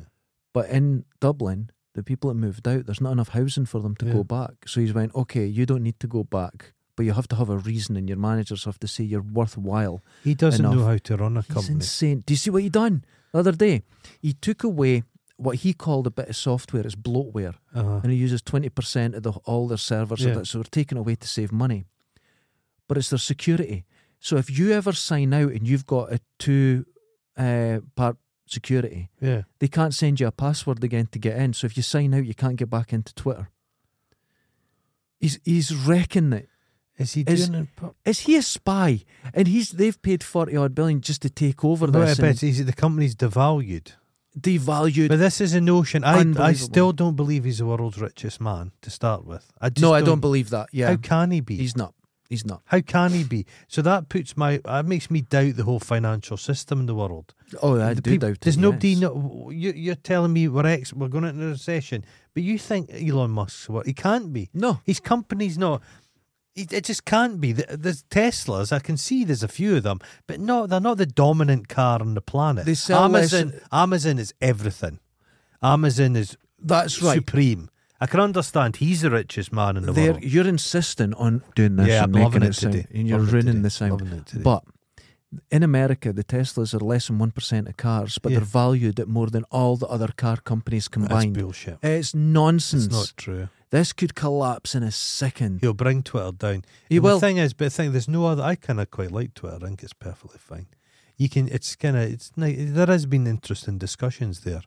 Speaker 1: But in Dublin, the people that moved out, there's not enough housing for them to
Speaker 2: Yeah.
Speaker 1: go back. So he's went, okay, you don't need to go back, but you have to have a reason, and your managers have to say you're worthwhile.
Speaker 2: He doesn't know
Speaker 1: Enough.
Speaker 2: how to run a
Speaker 1: He's
Speaker 2: company.
Speaker 1: insane. Do you see what he done the other day? He took away what he called a bit of software, it's bloatware,
Speaker 2: Uh-huh.
Speaker 1: and he uses twenty percent of the, all their servers.
Speaker 2: Yeah.
Speaker 1: So, that, so they're taking away to save money, but it's their security. So if you ever sign out and you've got a two uh, part security,
Speaker 2: Yeah.
Speaker 1: they can't send you a password again to get in. So if you sign out, you can't get back into Twitter. He's he's wrecking it.
Speaker 2: Is he
Speaker 1: Is-
Speaker 2: doing it? pu-
Speaker 1: Is he a spy? And he's they've paid forty odd billion just to take over
Speaker 2: No, I
Speaker 1: this
Speaker 2: bet
Speaker 1: and
Speaker 2: he's, the company's devalued.
Speaker 1: devalued.
Speaker 2: But this is a notion. I, I
Speaker 1: Unbelievable.
Speaker 2: still don't believe he's the world's richest man to start with. I just
Speaker 1: no, I don't believe that. Yeah,
Speaker 2: How can he be?
Speaker 1: he's not. He's not.
Speaker 2: How can he be? So that puts my that makes me doubt the whole financial system in the world.
Speaker 1: Oh, I
Speaker 2: The
Speaker 1: do
Speaker 2: peop-
Speaker 1: doubt it,
Speaker 2: There's nobody.
Speaker 1: yes.
Speaker 2: No, you, you're telling me we're ex, we're going into a recession, but you think Elon Musk's what? He can't be.
Speaker 1: No,
Speaker 2: His company's not. It, it just can't be. Th- There's Teslas. I can see there's a few of them, but no, they're not the dominant car on the planet.
Speaker 1: They sell less-
Speaker 2: Amazon. Amazon is everything. Amazon is
Speaker 1: that's right.
Speaker 2: supreme. I can understand. He's the richest man in the
Speaker 1: There,
Speaker 2: world.
Speaker 1: you're insisting on doing this
Speaker 2: Yeah,
Speaker 1: and making
Speaker 2: I'm loving
Speaker 1: it,
Speaker 2: it
Speaker 1: sound,
Speaker 2: today.
Speaker 1: and you're
Speaker 2: Loving it
Speaker 1: ruining
Speaker 2: today.
Speaker 1: the sound.
Speaker 2: Loving it today.
Speaker 1: But in America, the Teslas are less than one percent of cars, but
Speaker 2: Yeah.
Speaker 1: they're valued at more than all the other car companies
Speaker 2: That's
Speaker 1: combined.
Speaker 2: bullshit.
Speaker 1: It's nonsense.
Speaker 2: It's not true.
Speaker 1: This could collapse in a second.
Speaker 2: He'll bring Twitter down.
Speaker 1: He
Speaker 2: And
Speaker 1: will.
Speaker 2: The thing is, but the thing there's no other. I kind of quite like Twitter. I think it's perfectly fine. You can. It's kind of. It's ni- there has been interesting discussions there,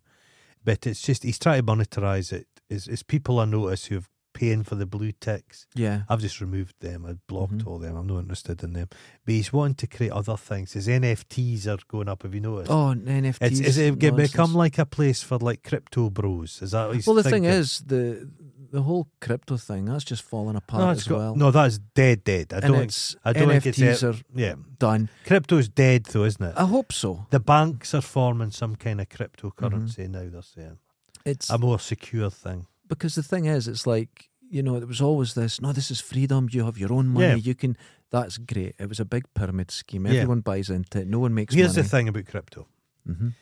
Speaker 2: but it's just he's trying to monetize it. Is is people I notice who've paying for the blue ticks.
Speaker 1: Yeah.
Speaker 2: I've just removed them. I've blocked
Speaker 1: Mhm.
Speaker 2: all them. I'm not interested in them. But he's wanting to create other things. His NFTs are going up. Have you noticed?
Speaker 1: Oh, and NFTs.
Speaker 2: it's is it get-
Speaker 1: nonsense.
Speaker 2: become like a place for like crypto bros? Is that what he's
Speaker 1: Well, the
Speaker 2: thinking?
Speaker 1: thing is, the the whole crypto thing that's just falling apart
Speaker 2: no, it's
Speaker 1: as
Speaker 2: got-
Speaker 1: well.
Speaker 2: no, that's dead, dead. I
Speaker 1: and
Speaker 2: don't.
Speaker 1: it's
Speaker 2: I don't think
Speaker 1: NFTs
Speaker 2: it's ever-
Speaker 1: are Uh,
Speaker 2: Yeah,
Speaker 1: done.
Speaker 2: crypto's dead though, isn't it?
Speaker 1: I hope so.
Speaker 2: the banks are forming some kind of cryptocurrency
Speaker 1: Mm-hmm.
Speaker 2: now. They're saying
Speaker 1: It's
Speaker 2: a more secure thing.
Speaker 1: because the thing is, it's like you know, it was always this. No, this is freedom. You have your own money.
Speaker 2: Yeah.
Speaker 1: You can. That's great. It was a big pyramid scheme.
Speaker 2: Yeah.
Speaker 1: Everyone buys into it. No one makes
Speaker 2: Here's
Speaker 1: money.
Speaker 2: the thing about crypto.
Speaker 1: Mhm.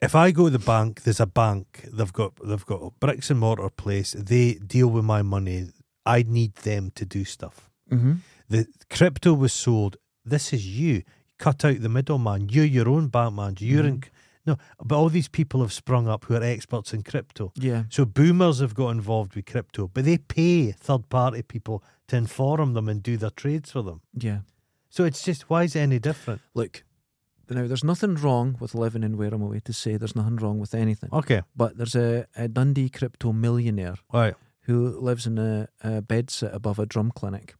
Speaker 2: If I go to the bank, there's a bank. They've got they've got a bricks and mortar place. They deal with my money. I need them to do stuff.
Speaker 1: Mhm.
Speaker 2: The crypto was sold. This is you. Cut out the middleman. You're your own bank man. You're
Speaker 1: Mm-hmm.
Speaker 2: in. No, but all these people have sprung up who are experts in crypto.
Speaker 1: Yeah.
Speaker 2: So boomers have got involved with crypto, but they pay third party people to inform them and do their trades for them.
Speaker 1: Yeah.
Speaker 2: So it's just why is it any different?
Speaker 1: Look. Now, there's nothing wrong with living in Wareham away to say there's nothing wrong with anything.
Speaker 2: Okay.
Speaker 1: But there's a, a Dundee crypto millionaire
Speaker 2: Right.
Speaker 1: who lives in a, a bed sit above a drum clinic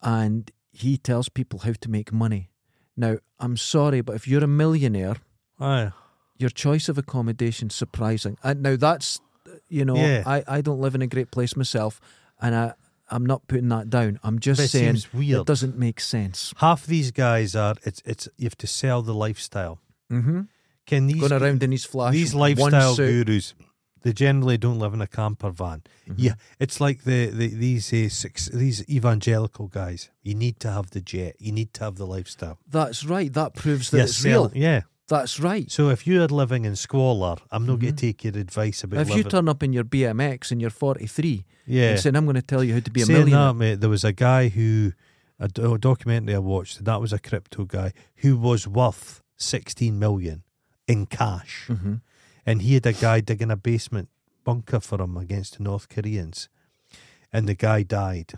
Speaker 1: and he tells people how to make money. Now, I'm sorry, but if you're a millionaire,
Speaker 2: Aye.
Speaker 1: your choice of accommodation surprising. And now that's you know,
Speaker 2: Yeah.
Speaker 1: I, I don't live in a great place myself and I, I'm not putting that down. I'm just
Speaker 2: But it
Speaker 1: saying
Speaker 2: seems weird.
Speaker 1: it doesn't make sense.
Speaker 2: Half these guys are it's it's you have to sell the lifestyle.
Speaker 1: Mm-hmm.
Speaker 2: Can these
Speaker 1: Going around in his flash.
Speaker 2: these
Speaker 1: one
Speaker 2: lifestyle
Speaker 1: suit. Mm-hmm.
Speaker 2: gurus they generally don't live in a camper van. Yeah, it's like the, the these uh, six, these evangelical guys. You need to have the jet. You need to have the lifestyle.
Speaker 1: That's right. That proves that
Speaker 2: You're
Speaker 1: it's real.
Speaker 2: sell- Yeah.
Speaker 1: That's right.
Speaker 2: So if you are living in squalor, I'm not going to take your advice about
Speaker 1: Mm-hmm. If
Speaker 2: living.
Speaker 1: you turn up in your BMX and you're 43
Speaker 2: yeah,
Speaker 1: and saying, I'm going to tell you how to be a
Speaker 2: saying
Speaker 1: millionaire.
Speaker 2: that, mate, there was a guy who a, do- a documentary I watched. That was a crypto guy who was worth 16 million in cash,
Speaker 1: Mhm.
Speaker 2: and he had a guy digging a basement bunker for him against the North Koreans, and the guy died,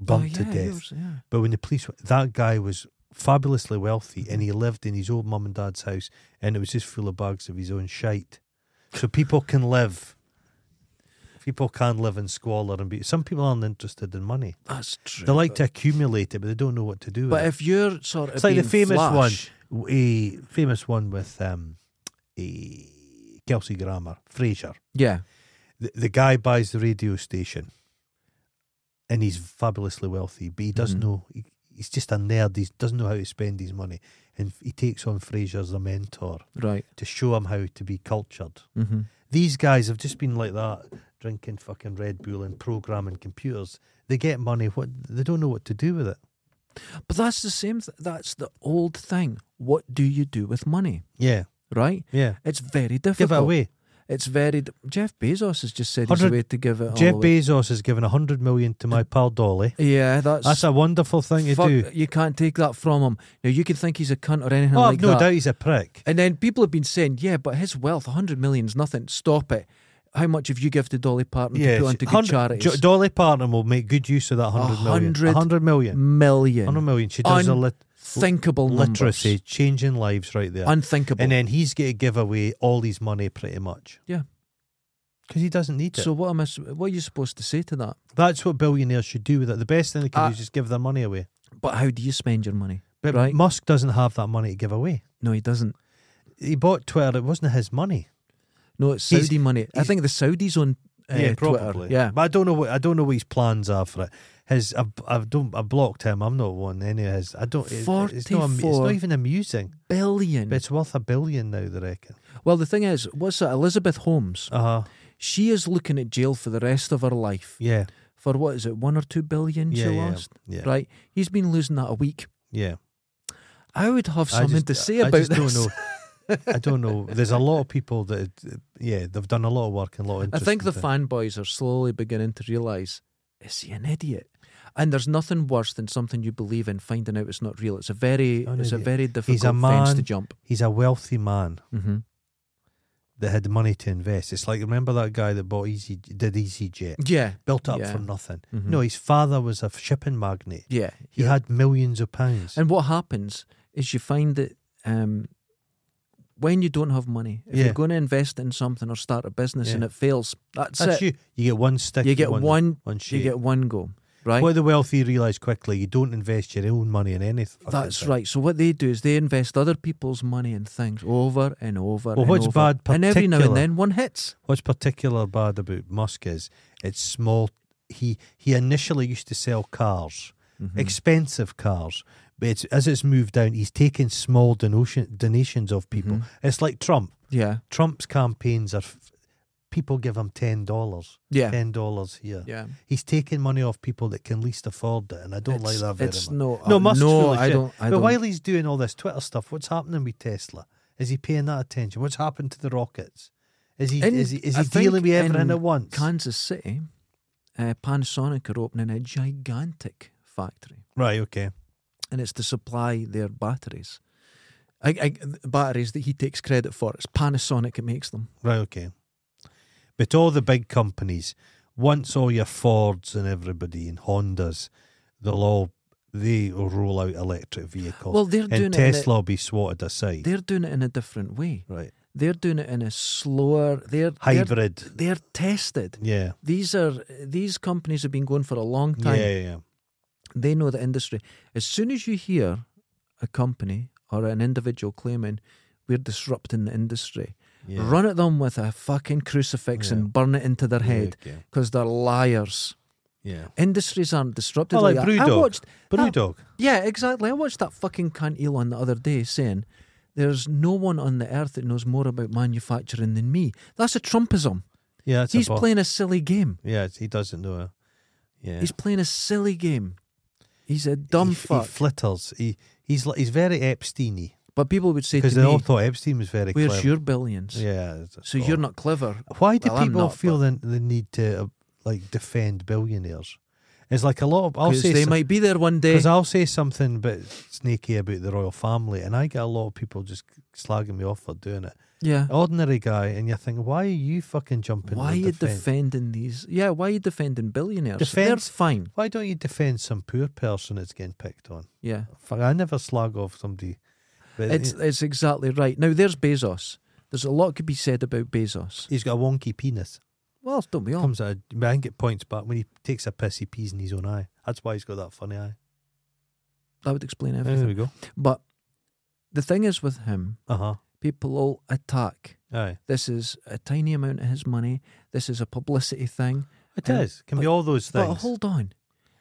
Speaker 2: burnt
Speaker 1: oh, yeah,
Speaker 2: to death.
Speaker 1: yours, yeah.
Speaker 2: But when the police, w- that guy was fabulously wealthy and he lived in his old mum and dad's house and it was just full of bags of his own shite. So people can live. People can live in squalor and be. Some people aren't interested in money.
Speaker 1: That's true.
Speaker 2: They like to accumulate it, but they don't know what to do with
Speaker 1: but
Speaker 2: it.
Speaker 1: if you're sort of
Speaker 2: It's like the
Speaker 1: being
Speaker 2: famous
Speaker 1: flash,
Speaker 2: one, a famous one with um, a Kelsey Grammer, Fraser.
Speaker 1: yeah,
Speaker 2: The, the guy buys the radio station and he's fabulously wealthy, but he doesn't
Speaker 1: Mhm.
Speaker 2: know. He, he's just a nerd. He doesn't know how to spend his money. And he takes on Fraser as a mentor
Speaker 1: right.
Speaker 2: to show him how to be cultured.
Speaker 1: Mm-hmm.
Speaker 2: These guys have just been like that, drinking fucking Red Bull and programming computers. They get money, what they don't know what to do with it.
Speaker 1: But that's the same. Th- that's the old thing. What do you do with money?
Speaker 2: Yeah,
Speaker 1: Right?
Speaker 2: yeah.
Speaker 1: It's very difficult.
Speaker 2: Give it away.
Speaker 1: It's very. d- Jeff Bezos has just said he's the
Speaker 2: 100
Speaker 1: way to give it.
Speaker 2: Jeff
Speaker 1: all away.
Speaker 2: Bezos has given 100 million to my pal Dolly.
Speaker 1: Yeah, that's
Speaker 2: That's a wonderful thing to
Speaker 1: fuck-
Speaker 2: do.
Speaker 1: You can't take that from him. Now you can think he's a cunt or anything
Speaker 2: Oh,
Speaker 1: like
Speaker 2: I've no
Speaker 1: that.
Speaker 2: doubt he's a prick.
Speaker 1: And then people have been saying, yeah, but his wealth, 100 million is nothing. Stop it. How much have you given to Dolly Parton to put into good
Speaker 2: 100
Speaker 1: charities?
Speaker 2: Jo- Dolly Parton will make good use of that 100 million.
Speaker 1: 100
Speaker 2: 100 million.
Speaker 1: Million.
Speaker 2: 100 million. She does a lit-
Speaker 1: Thinkable numbers.
Speaker 2: literacy, changing lives right there.
Speaker 1: Unthinkable.
Speaker 2: and then he's going to give away all his money pretty much.
Speaker 1: Yeah.
Speaker 2: Because he doesn't need it.
Speaker 1: so what am I? s- What are you supposed to say to that?
Speaker 2: That's what billionaires should do with it. The best thing they can
Speaker 1: Uh,
Speaker 2: do is just give their money away.
Speaker 1: But how do you spend your money?
Speaker 2: But
Speaker 1: right.
Speaker 2: Musk doesn't have that money to give away.
Speaker 1: No, he doesn't.
Speaker 2: He bought Twitter. It wasn't his money.
Speaker 1: No, it's
Speaker 2: He's-
Speaker 1: Saudi money. I
Speaker 2: he's-
Speaker 1: think the Saudis own uh, Twitter. Yeah.
Speaker 2: But I don't know what I don't know what his plans are for it. His I, I don't I blocked him. I'm not one any of his. I don't. It, it's, not, am- it's
Speaker 1: 44.
Speaker 2: not even amusing.
Speaker 1: Billion.
Speaker 2: But it's worth a billion now. They reckon.
Speaker 1: Well, the thing is, what's that? Elizabeth Holmes.
Speaker 2: Uh huh.
Speaker 1: She is looking at jail for the rest of her life
Speaker 2: Yeah.
Speaker 1: for what is it? One or two billion
Speaker 2: Yeah.
Speaker 1: she
Speaker 2: yeah.
Speaker 1: lost.
Speaker 2: Yeah.
Speaker 1: Right. He's been losing that a week.
Speaker 2: Yeah.
Speaker 1: I would have
Speaker 2: I
Speaker 1: something
Speaker 2: just-
Speaker 1: to say
Speaker 2: I
Speaker 1: about
Speaker 2: just
Speaker 1: this.
Speaker 2: Don't know. I don't know. There's a lot of people that, yeah, they've done a lot of work and a lot of.
Speaker 1: I think the
Speaker 2: interesting
Speaker 1: fanboys are slowly beginning to realise, is he an idiot? And there's nothing worse than something you believe in finding out it's not real. It's a very,
Speaker 2: An
Speaker 1: it's a
Speaker 2: idiot.
Speaker 1: very difficult fence to
Speaker 2: man.
Speaker 1: jump.
Speaker 2: thing. He's a wealthy man.
Speaker 1: Mm-hmm.
Speaker 2: that had money to invest. It's like remember that guy that bought Easy did EasyJet,
Speaker 1: Yeah,
Speaker 2: built it up
Speaker 1: Yeah.
Speaker 2: from nothing.
Speaker 1: Mhm.
Speaker 2: No, his father was a f- shipping magnate.
Speaker 1: yeah.
Speaker 2: He
Speaker 1: yeah.
Speaker 2: had millions of pounds.
Speaker 1: And what happens is you find that um, when you don't have money, if
Speaker 2: Yeah.
Speaker 1: you're going to invest in something or start a business
Speaker 2: Yeah.
Speaker 1: and it fails, that's,
Speaker 2: That's
Speaker 1: it.
Speaker 2: you. You get one stick.
Speaker 1: You get
Speaker 2: one.
Speaker 1: one.
Speaker 2: one
Speaker 1: You
Speaker 2: shake.
Speaker 1: get one go. Right.
Speaker 2: What the wealthy realise quickly: you don't invest your own money in anything.
Speaker 1: that's right. So what they do is they invest other people's money in things over and over.
Speaker 2: Well,
Speaker 1: and
Speaker 2: what's
Speaker 1: over.
Speaker 2: bad
Speaker 1: And every now and
Speaker 2: particular-
Speaker 1: then one hits.
Speaker 2: What's particular bad about Musk is it's small. He he initially used to sell cars,
Speaker 1: Mm-hmm.
Speaker 2: expensive cars, but it's, as it's moved down, he's taken small donation, donations of people.
Speaker 1: Mm-hmm.
Speaker 2: It's like Trump.
Speaker 1: Yeah.
Speaker 2: Trump's campaigns are f- people give him ten dollars,
Speaker 1: Yeah.
Speaker 2: ten dollars here.
Speaker 1: Yeah.
Speaker 2: He's taking money off people that can least afford it, and I don't like
Speaker 1: It's-
Speaker 2: that very
Speaker 1: it's
Speaker 2: much.
Speaker 1: no-
Speaker 2: no,
Speaker 1: uh,
Speaker 2: Musk's
Speaker 1: no,
Speaker 2: full of
Speaker 1: I
Speaker 2: shit.
Speaker 1: don't- I
Speaker 2: but
Speaker 1: don't-
Speaker 2: while he's doing all this Twitter stuff, what's happening with Tesla? Is he paying that attention? What's happened to the rockets? Is he
Speaker 1: In-
Speaker 2: is he is
Speaker 1: I
Speaker 2: he dealing
Speaker 1: think
Speaker 2: with everything
Speaker 1: in
Speaker 2: at once?
Speaker 1: Kansas City, uh, Panasonic are opening a gigantic factory,
Speaker 2: Right. Okay.
Speaker 1: and it's to supply their batteries. I, I, batteries that he takes credit for. It's Panasonic that makes them.
Speaker 2: Right. Okay. But all the big companies, once all your Fords and everybody and Hondas, they'll all they will roll out electric vehicles.
Speaker 1: Well, they're doing
Speaker 2: and
Speaker 1: it in a-
Speaker 2: Tesla will be swatted aside.
Speaker 1: They're doing it in a different way.
Speaker 2: Right.
Speaker 1: They're doing it in a slower. They're They're,
Speaker 2: Hybrid.
Speaker 1: they're tested.
Speaker 2: Yeah.
Speaker 1: These are these companies have been going for a long
Speaker 2: Yeah,
Speaker 1: time.
Speaker 2: yeah, yeah.
Speaker 1: They know the industry. As soon as you hear a company or an individual claiming we're disrupting the industry,
Speaker 2: yeah.
Speaker 1: Run at them with a fucking crucifix
Speaker 2: Yeah.
Speaker 1: and burn it into their
Speaker 2: Yeah,
Speaker 1: head
Speaker 2: okay.
Speaker 1: because they're liars.
Speaker 2: Yeah.
Speaker 1: Industries aren't disrupted.
Speaker 2: Well, like
Speaker 1: that. I
Speaker 2: Brewdog.
Speaker 1: watched, that-
Speaker 2: Brewdog.
Speaker 1: yeah, exactly. I watched that fucking cunt Elon the other day saying, "There's no one on the earth that knows more about manufacturing than me." That's a Trumpism.
Speaker 2: Yeah, it's a
Speaker 1: He's
Speaker 2: bo-
Speaker 1: playing a silly game.
Speaker 2: Yeah, it's- he doesn't know. it. Yeah.
Speaker 1: He's playing a silly game. He's a dumb
Speaker 2: he,
Speaker 1: fuck.
Speaker 2: He flitters. He he's li- he's very Epsteiny
Speaker 1: but people would say to
Speaker 2: because they all
Speaker 1: me,
Speaker 2: thought Epstein was very
Speaker 1: "Where's
Speaker 2: clever.
Speaker 1: your billions?
Speaker 2: Yeah. it's a
Speaker 1: So
Speaker 2: thought.
Speaker 1: you're not clever."
Speaker 2: Why do
Speaker 1: Well, I'm
Speaker 2: people
Speaker 1: not,
Speaker 2: feel the, the need to uh, like defend billionaires? It's like a lot of I'll
Speaker 1: 'Cause
Speaker 2: say
Speaker 1: they
Speaker 2: some-
Speaker 1: might be there one day.
Speaker 2: Because I'll say something a bit sneaky about the royal family, and I get a lot of people just slagging me off for doing it.
Speaker 1: yeah.
Speaker 2: Ordinary guy, and you think, why are you fucking jumping?
Speaker 1: Why are
Speaker 2: on
Speaker 1: you
Speaker 2: defence?
Speaker 1: defending these? Yeah, why are you defending billionaires?
Speaker 2: Defence-
Speaker 1: They're fine.
Speaker 2: Why don't you defend some poor person that's getting picked on?
Speaker 1: Yeah,
Speaker 2: Fuck, I never slag off somebody. But
Speaker 1: it's it's exactly right. Now there's Bezos. There's a lot could be said about Bezos.
Speaker 2: he's got a wonky penis.
Speaker 1: Well, don't we all?
Speaker 2: Comes out, I think it points back when he takes a piss, he pees in his own eye. That's why he's got that funny eye.
Speaker 1: That would explain
Speaker 2: There
Speaker 1: everything.
Speaker 2: we go.
Speaker 1: But the thing is with him,
Speaker 2: Uh huh.
Speaker 1: people all attack.
Speaker 2: Aye.
Speaker 1: This is a tiny amount of his money. This is a publicity thing.
Speaker 2: It
Speaker 1: And-
Speaker 2: is. Can be all those things.
Speaker 1: But hold on,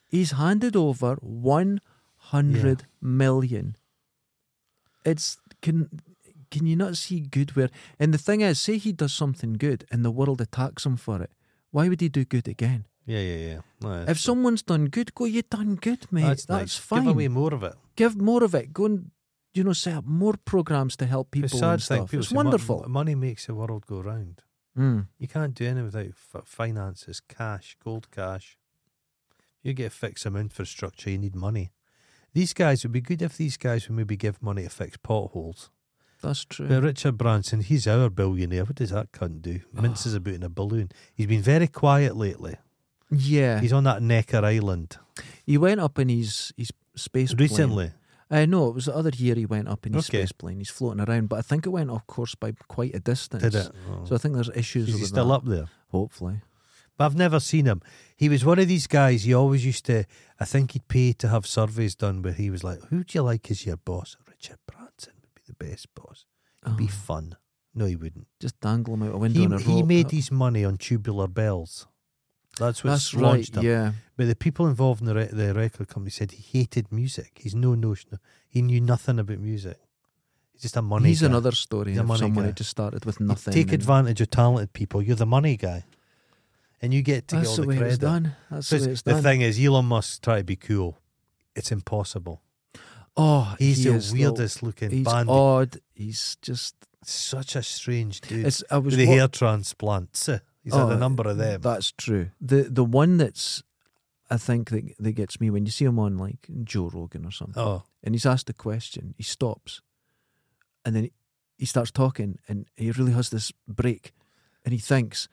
Speaker 1: he's handed over one hundred million. It's can can you not see good where? And the thing is, say he does something good and the world attacks him for it. Why would he do good again?
Speaker 2: yeah, yeah, yeah. Aye.
Speaker 1: if someone's done good, go. You done good, mate. That's,
Speaker 2: nice.
Speaker 1: fine.
Speaker 2: Give away more of it.
Speaker 1: Give more of it. Go and you know set up more programs to help
Speaker 2: The
Speaker 1: people
Speaker 2: sad
Speaker 1: and
Speaker 2: thing,
Speaker 1: stuff.
Speaker 2: people
Speaker 1: It's
Speaker 2: say mon-
Speaker 1: wonderful.
Speaker 2: money makes the world go round.
Speaker 1: Mm.
Speaker 2: You can't do anything without f- finances, cash, gold cash. You get to fix some infrastructure, you need money. These guys, it would be good if these guys would maybe give money to fix potholes
Speaker 1: That's true.
Speaker 2: But Richard Branson, he's our billionaire. What does that cunt do? Minces
Speaker 1: Ah.
Speaker 2: about in a balloon. He's been very quiet lately.
Speaker 1: yeah.
Speaker 2: He's on that Necker Island.
Speaker 1: He went up in his, his space plane.
Speaker 2: Recently,
Speaker 1: Uh, no, it was the other year he went up in his
Speaker 2: Okay.
Speaker 1: space plane. He's floating around, but I think it went, of course, by quite a distance.
Speaker 2: did it? Oh.
Speaker 1: So I think there's issues
Speaker 2: Is he
Speaker 1: with
Speaker 2: still
Speaker 1: that.
Speaker 2: up there?
Speaker 1: Hopefully.
Speaker 2: But I've never seen him. He was one of these guys. He always used to. I think he'd pay to have surveys done where he was like, "Who do you like as your boss?" Richard Branson would be the best boss. It'd be
Speaker 1: Oh.
Speaker 2: fun. No, he wouldn't.
Speaker 1: Just dangle him out a window
Speaker 2: He,
Speaker 1: and a
Speaker 2: he
Speaker 1: rope.
Speaker 2: made his money on tubular bells. That's what
Speaker 1: That's right,
Speaker 2: launched him.
Speaker 1: yeah.
Speaker 2: But the people involved in the, re- the record company said he hated music. He's no notion. of- He knew nothing about music. He's just a money.
Speaker 1: He's
Speaker 2: guy.
Speaker 1: another story
Speaker 2: He's a
Speaker 1: of
Speaker 2: money
Speaker 1: someone
Speaker 2: guy.
Speaker 1: who just started with
Speaker 2: You
Speaker 1: nothing.
Speaker 2: Take
Speaker 1: and
Speaker 2: advantage of talented people. You're the money guy, and you get to
Speaker 1: That's
Speaker 2: get all
Speaker 1: the,
Speaker 2: the
Speaker 1: way
Speaker 2: credit.
Speaker 1: it's done. That's the
Speaker 2: Because
Speaker 1: way it's
Speaker 2: the
Speaker 1: done.
Speaker 2: thing is, Elon Musk try to be cool. It's impossible.
Speaker 1: oh,
Speaker 2: He's
Speaker 1: he
Speaker 2: the
Speaker 1: is, though.
Speaker 2: weirdest looking
Speaker 1: He's
Speaker 2: bandit.
Speaker 1: odd. He's just.
Speaker 2: Such a strange dude.
Speaker 1: It's. I was
Speaker 2: With the
Speaker 1: wa-
Speaker 2: hair transplants. eh? He's had
Speaker 1: Oh,
Speaker 2: a number of them.
Speaker 1: That's true. The the one that's, I think that that gets me when you see him on like Joe Rogan or something,
Speaker 2: oh,
Speaker 1: and he's asked a question, he stops, and then he starts talking, and he really has this break, and he thinks,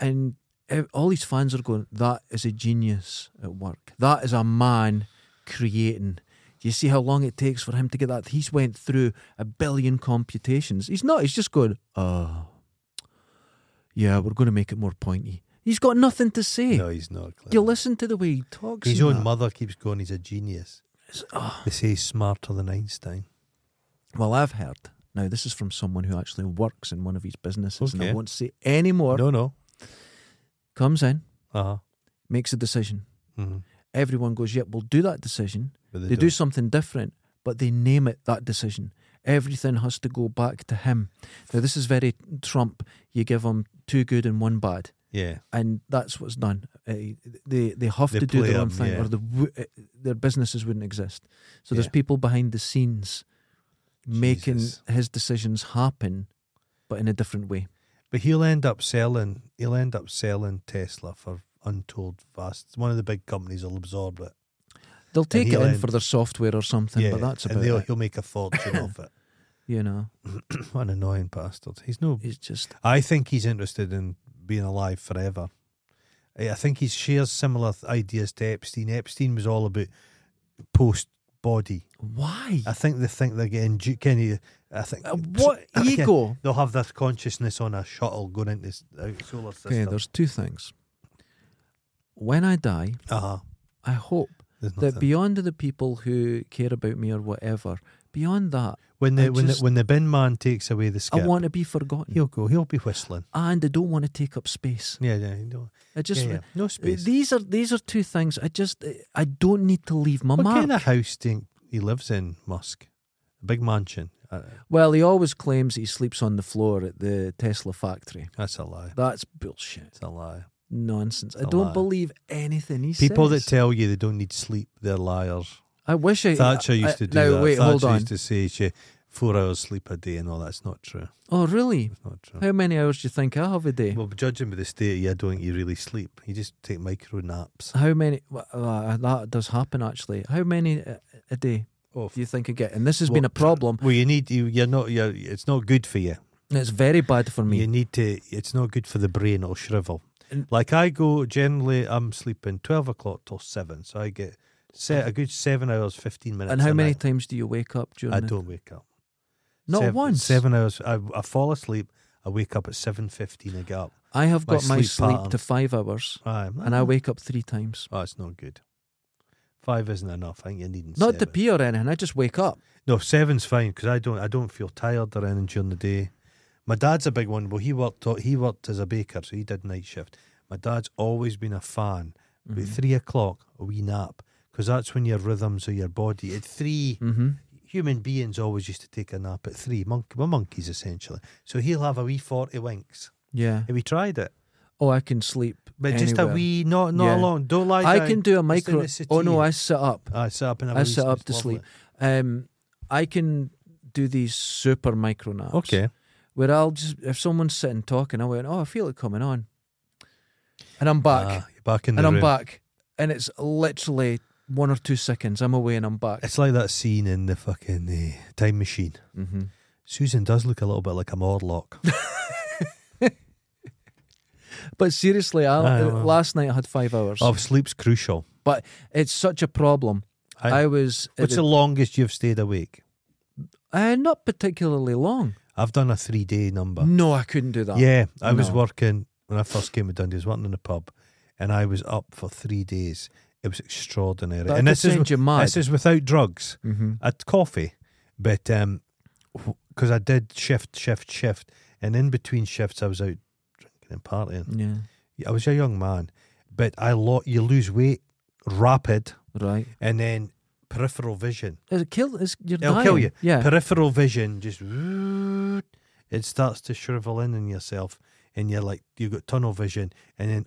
Speaker 1: and ev- all his fans are going, "That is a genius at work. That is a man creating." You see how long it takes for him to get that. He's went through a billion computations. He's not. He's just going, "Oh, yeah, we're going to make it more pointy." He's got nothing to say.
Speaker 2: no, he's not. Clever.
Speaker 1: You listen to the way he talks.
Speaker 2: His
Speaker 1: and
Speaker 2: own
Speaker 1: that.
Speaker 2: mother keeps going, he's a genius.
Speaker 1: It's- oh.
Speaker 2: They say he's smarter than Einstein.
Speaker 1: Well, I've heard. Now, this is from someone who actually works in one of his businesses, and I
Speaker 2: Okay.
Speaker 1: won't say any more.
Speaker 2: No, no.
Speaker 1: Comes in,
Speaker 2: Uh-huh.
Speaker 1: makes a decision.
Speaker 2: Mhm.
Speaker 1: Everyone goes, "Yep, we'll do that decision."
Speaker 2: But
Speaker 1: Mm-hmm. They, do something different, but they name it that decision. Everything has to go back to him. Now, this is very Trump. You give him two good and one bad,
Speaker 2: Yeah.
Speaker 1: and that's what's done. Uh, they they have
Speaker 2: They
Speaker 1: to do
Speaker 2: play
Speaker 1: their own
Speaker 2: 'em,
Speaker 1: thing,
Speaker 2: yeah.
Speaker 1: or the, w- uh, their businesses wouldn't exist. So there's
Speaker 2: Yeah.
Speaker 1: people behind the scenes making
Speaker 2: Jesus.
Speaker 1: his decisions happen, but in a different way.
Speaker 2: But he'll end up selling. He'll end up selling Tesla for untold vast. One of the big companies will absorb it.
Speaker 1: They'll take it
Speaker 2: he'll
Speaker 1: in
Speaker 2: end-
Speaker 1: for their software or something,
Speaker 2: yeah,
Speaker 1: but that's
Speaker 2: and
Speaker 1: about
Speaker 2: they'll,
Speaker 1: it.
Speaker 2: he'll make a fortune off it.
Speaker 1: You know,
Speaker 2: What an annoying bastard! He's no
Speaker 1: it's just
Speaker 2: I think he's interested in being alive forever. I I think he shares similar th- ideas to Epstein. Epstein was all about post body.
Speaker 1: why?
Speaker 2: I think they think they're getting ju- can you, I think
Speaker 1: Uh, what
Speaker 2: Okay,
Speaker 1: ego?
Speaker 2: They'll have this consciousness on a shuttle going into s- out solar
Speaker 1: Okay,
Speaker 2: system.
Speaker 1: there's two things. When I die,
Speaker 2: uh-huh.
Speaker 1: I hope
Speaker 2: There's
Speaker 1: that
Speaker 2: nothing.
Speaker 1: beyond the people who care about me or whatever, beyond that,
Speaker 2: when
Speaker 1: I
Speaker 2: the when
Speaker 1: just-
Speaker 2: the when the bin man takes away the skip,
Speaker 1: I want to be forgotten.
Speaker 2: he'll go. He'll be whistling.
Speaker 1: and I don't want to take up space.
Speaker 2: Yeah, yeah. You know,
Speaker 1: I just
Speaker 2: yeah, yeah. No
Speaker 1: Uh,
Speaker 2: space.
Speaker 1: these are these are two things. I just uh, I don't need to leave my
Speaker 2: what
Speaker 1: mark.
Speaker 2: kind of house do you think he lives in, Musk? A big mansion. Uh,
Speaker 1: Well, he always claims he sleeps on the floor at the Tesla factory.
Speaker 2: that's a lie.
Speaker 1: That's bullshit,
Speaker 2: It's a lie.
Speaker 1: nonsense. I
Speaker 2: A
Speaker 1: don't
Speaker 2: lie.
Speaker 1: believe anything he
Speaker 2: People
Speaker 1: says.
Speaker 2: that tell you they don't need sleep, they're liars.
Speaker 1: I wish I
Speaker 2: Thatcher
Speaker 1: I-
Speaker 2: used to do
Speaker 1: uh, now,
Speaker 2: that.
Speaker 1: wait,
Speaker 2: Thatcher
Speaker 1: hold on.
Speaker 2: used to say she four hours sleep a day and all that's not true.
Speaker 1: Oh, really?
Speaker 2: It's not true.
Speaker 1: How many hours do you think I have a day?
Speaker 2: Well, judging by the state, yeah, I don't think you really sleep. You just take micro naps.
Speaker 1: How many? well, Uh, that does happen actually. How many a, a day
Speaker 2: Oh,
Speaker 1: do you think I get? And this has been
Speaker 2: Well,
Speaker 1: a problem.
Speaker 2: well, you need you. You're not. You're, it's not good for you.
Speaker 1: and It's very bad for me.
Speaker 2: You need to. It's not good for the brain. It'll shrivel.
Speaker 1: And-
Speaker 2: like I go generally, I'm sleeping twelve o'clock till seven, so I get set a good seven hours, fifteen minutes.
Speaker 1: and how
Speaker 2: a
Speaker 1: many
Speaker 2: night.
Speaker 1: times do you wake up during?
Speaker 2: I
Speaker 1: the-
Speaker 2: don't wake up.
Speaker 1: Not
Speaker 2: Sev-
Speaker 1: once.
Speaker 2: Seven hours. I, I fall asleep. I wake up at seven fifteen. I get up.
Speaker 1: I have
Speaker 2: my
Speaker 1: got my
Speaker 2: sleep Uh-huh.
Speaker 1: sleep
Speaker 2: pattern.
Speaker 1: to five hours,
Speaker 2: Aye, man.
Speaker 1: and I wake up three times.
Speaker 2: Oh, it's not good. Five isn't enough. I think you need
Speaker 1: Not
Speaker 2: seven.
Speaker 1: to pee or anything. I just wake up.
Speaker 2: no, seven's fine because I don't. I don't feel tired or anything during the day. My dad's a big one. Well, he worked. He worked as a baker, so he did night shift. My dad's always been a fan. About
Speaker 1: Mm-hmm.
Speaker 2: three o'clock, a wee nap, because that's when your rhythms of your body. At 3
Speaker 1: Mm.
Speaker 2: human beings always used to take a nap at three. Monkey, well, monkeys essentially. So he'll have a wee forty winks.
Speaker 1: Yeah.
Speaker 2: Have you tried it?
Speaker 1: Oh, I can sleep.
Speaker 2: But just a
Speaker 1: anywhere.
Speaker 2: wee, not not
Speaker 1: Yeah.
Speaker 2: long. Don't lie.
Speaker 1: I
Speaker 2: down.
Speaker 1: can do a
Speaker 2: Just in
Speaker 1: micro.
Speaker 2: the settee.
Speaker 1: Oh no, I sit up.
Speaker 2: I sit up and have a
Speaker 1: I
Speaker 2: wee
Speaker 1: sit up to
Speaker 2: it's lovely.
Speaker 1: sleep. Um, I can do these super micro naps.
Speaker 2: Okay,
Speaker 1: Where I'll just if someone's sitting talking, I went, oh, I feel it coming on, and I'm back,
Speaker 2: Ah, you're back in the
Speaker 1: and I'm
Speaker 2: room.
Speaker 1: back, and it's literally one or two seconds. I'm away and I'm back.
Speaker 2: It's like that scene in the fucking uh, eh, time machine.
Speaker 1: Mm-hmm.
Speaker 2: Susan does look a little bit like a Morlock.
Speaker 1: But seriously,
Speaker 2: I
Speaker 1: I,
Speaker 2: know.
Speaker 1: last night I had five hours.
Speaker 2: oh, sleep's crucial.
Speaker 1: But it's such a problem. I,
Speaker 2: I-
Speaker 1: was at
Speaker 2: What's
Speaker 1: the-
Speaker 2: the longest you've stayed awake?
Speaker 1: uh, not particularly long.
Speaker 2: I've done a three day number.
Speaker 1: Mm, No, I couldn't do that.
Speaker 2: Yeah, I was
Speaker 1: No.
Speaker 2: working when I first came to Dundee. I was working in a pub, and I was up for three days. It was extraordinary.
Speaker 1: That
Speaker 2: and
Speaker 1: could
Speaker 2: this is
Speaker 1: send you mad.
Speaker 2: this is without drugs.
Speaker 1: Mm-hmm.
Speaker 2: I had coffee, but um, because I did shift, shift, shift, and in between shifts, I was out drinking and partying.
Speaker 1: Yeah.
Speaker 2: I was a young man, but I lo- you lose weight rapid,
Speaker 1: Right.
Speaker 2: and then peripheral vision.
Speaker 1: It kill. It's, you're
Speaker 2: It'll
Speaker 1: dying.
Speaker 2: kill you.
Speaker 1: Yeah.
Speaker 2: Peripheral vision just woot, it starts to shrivel in in yourself, and you're like you've got tunnel vision, and then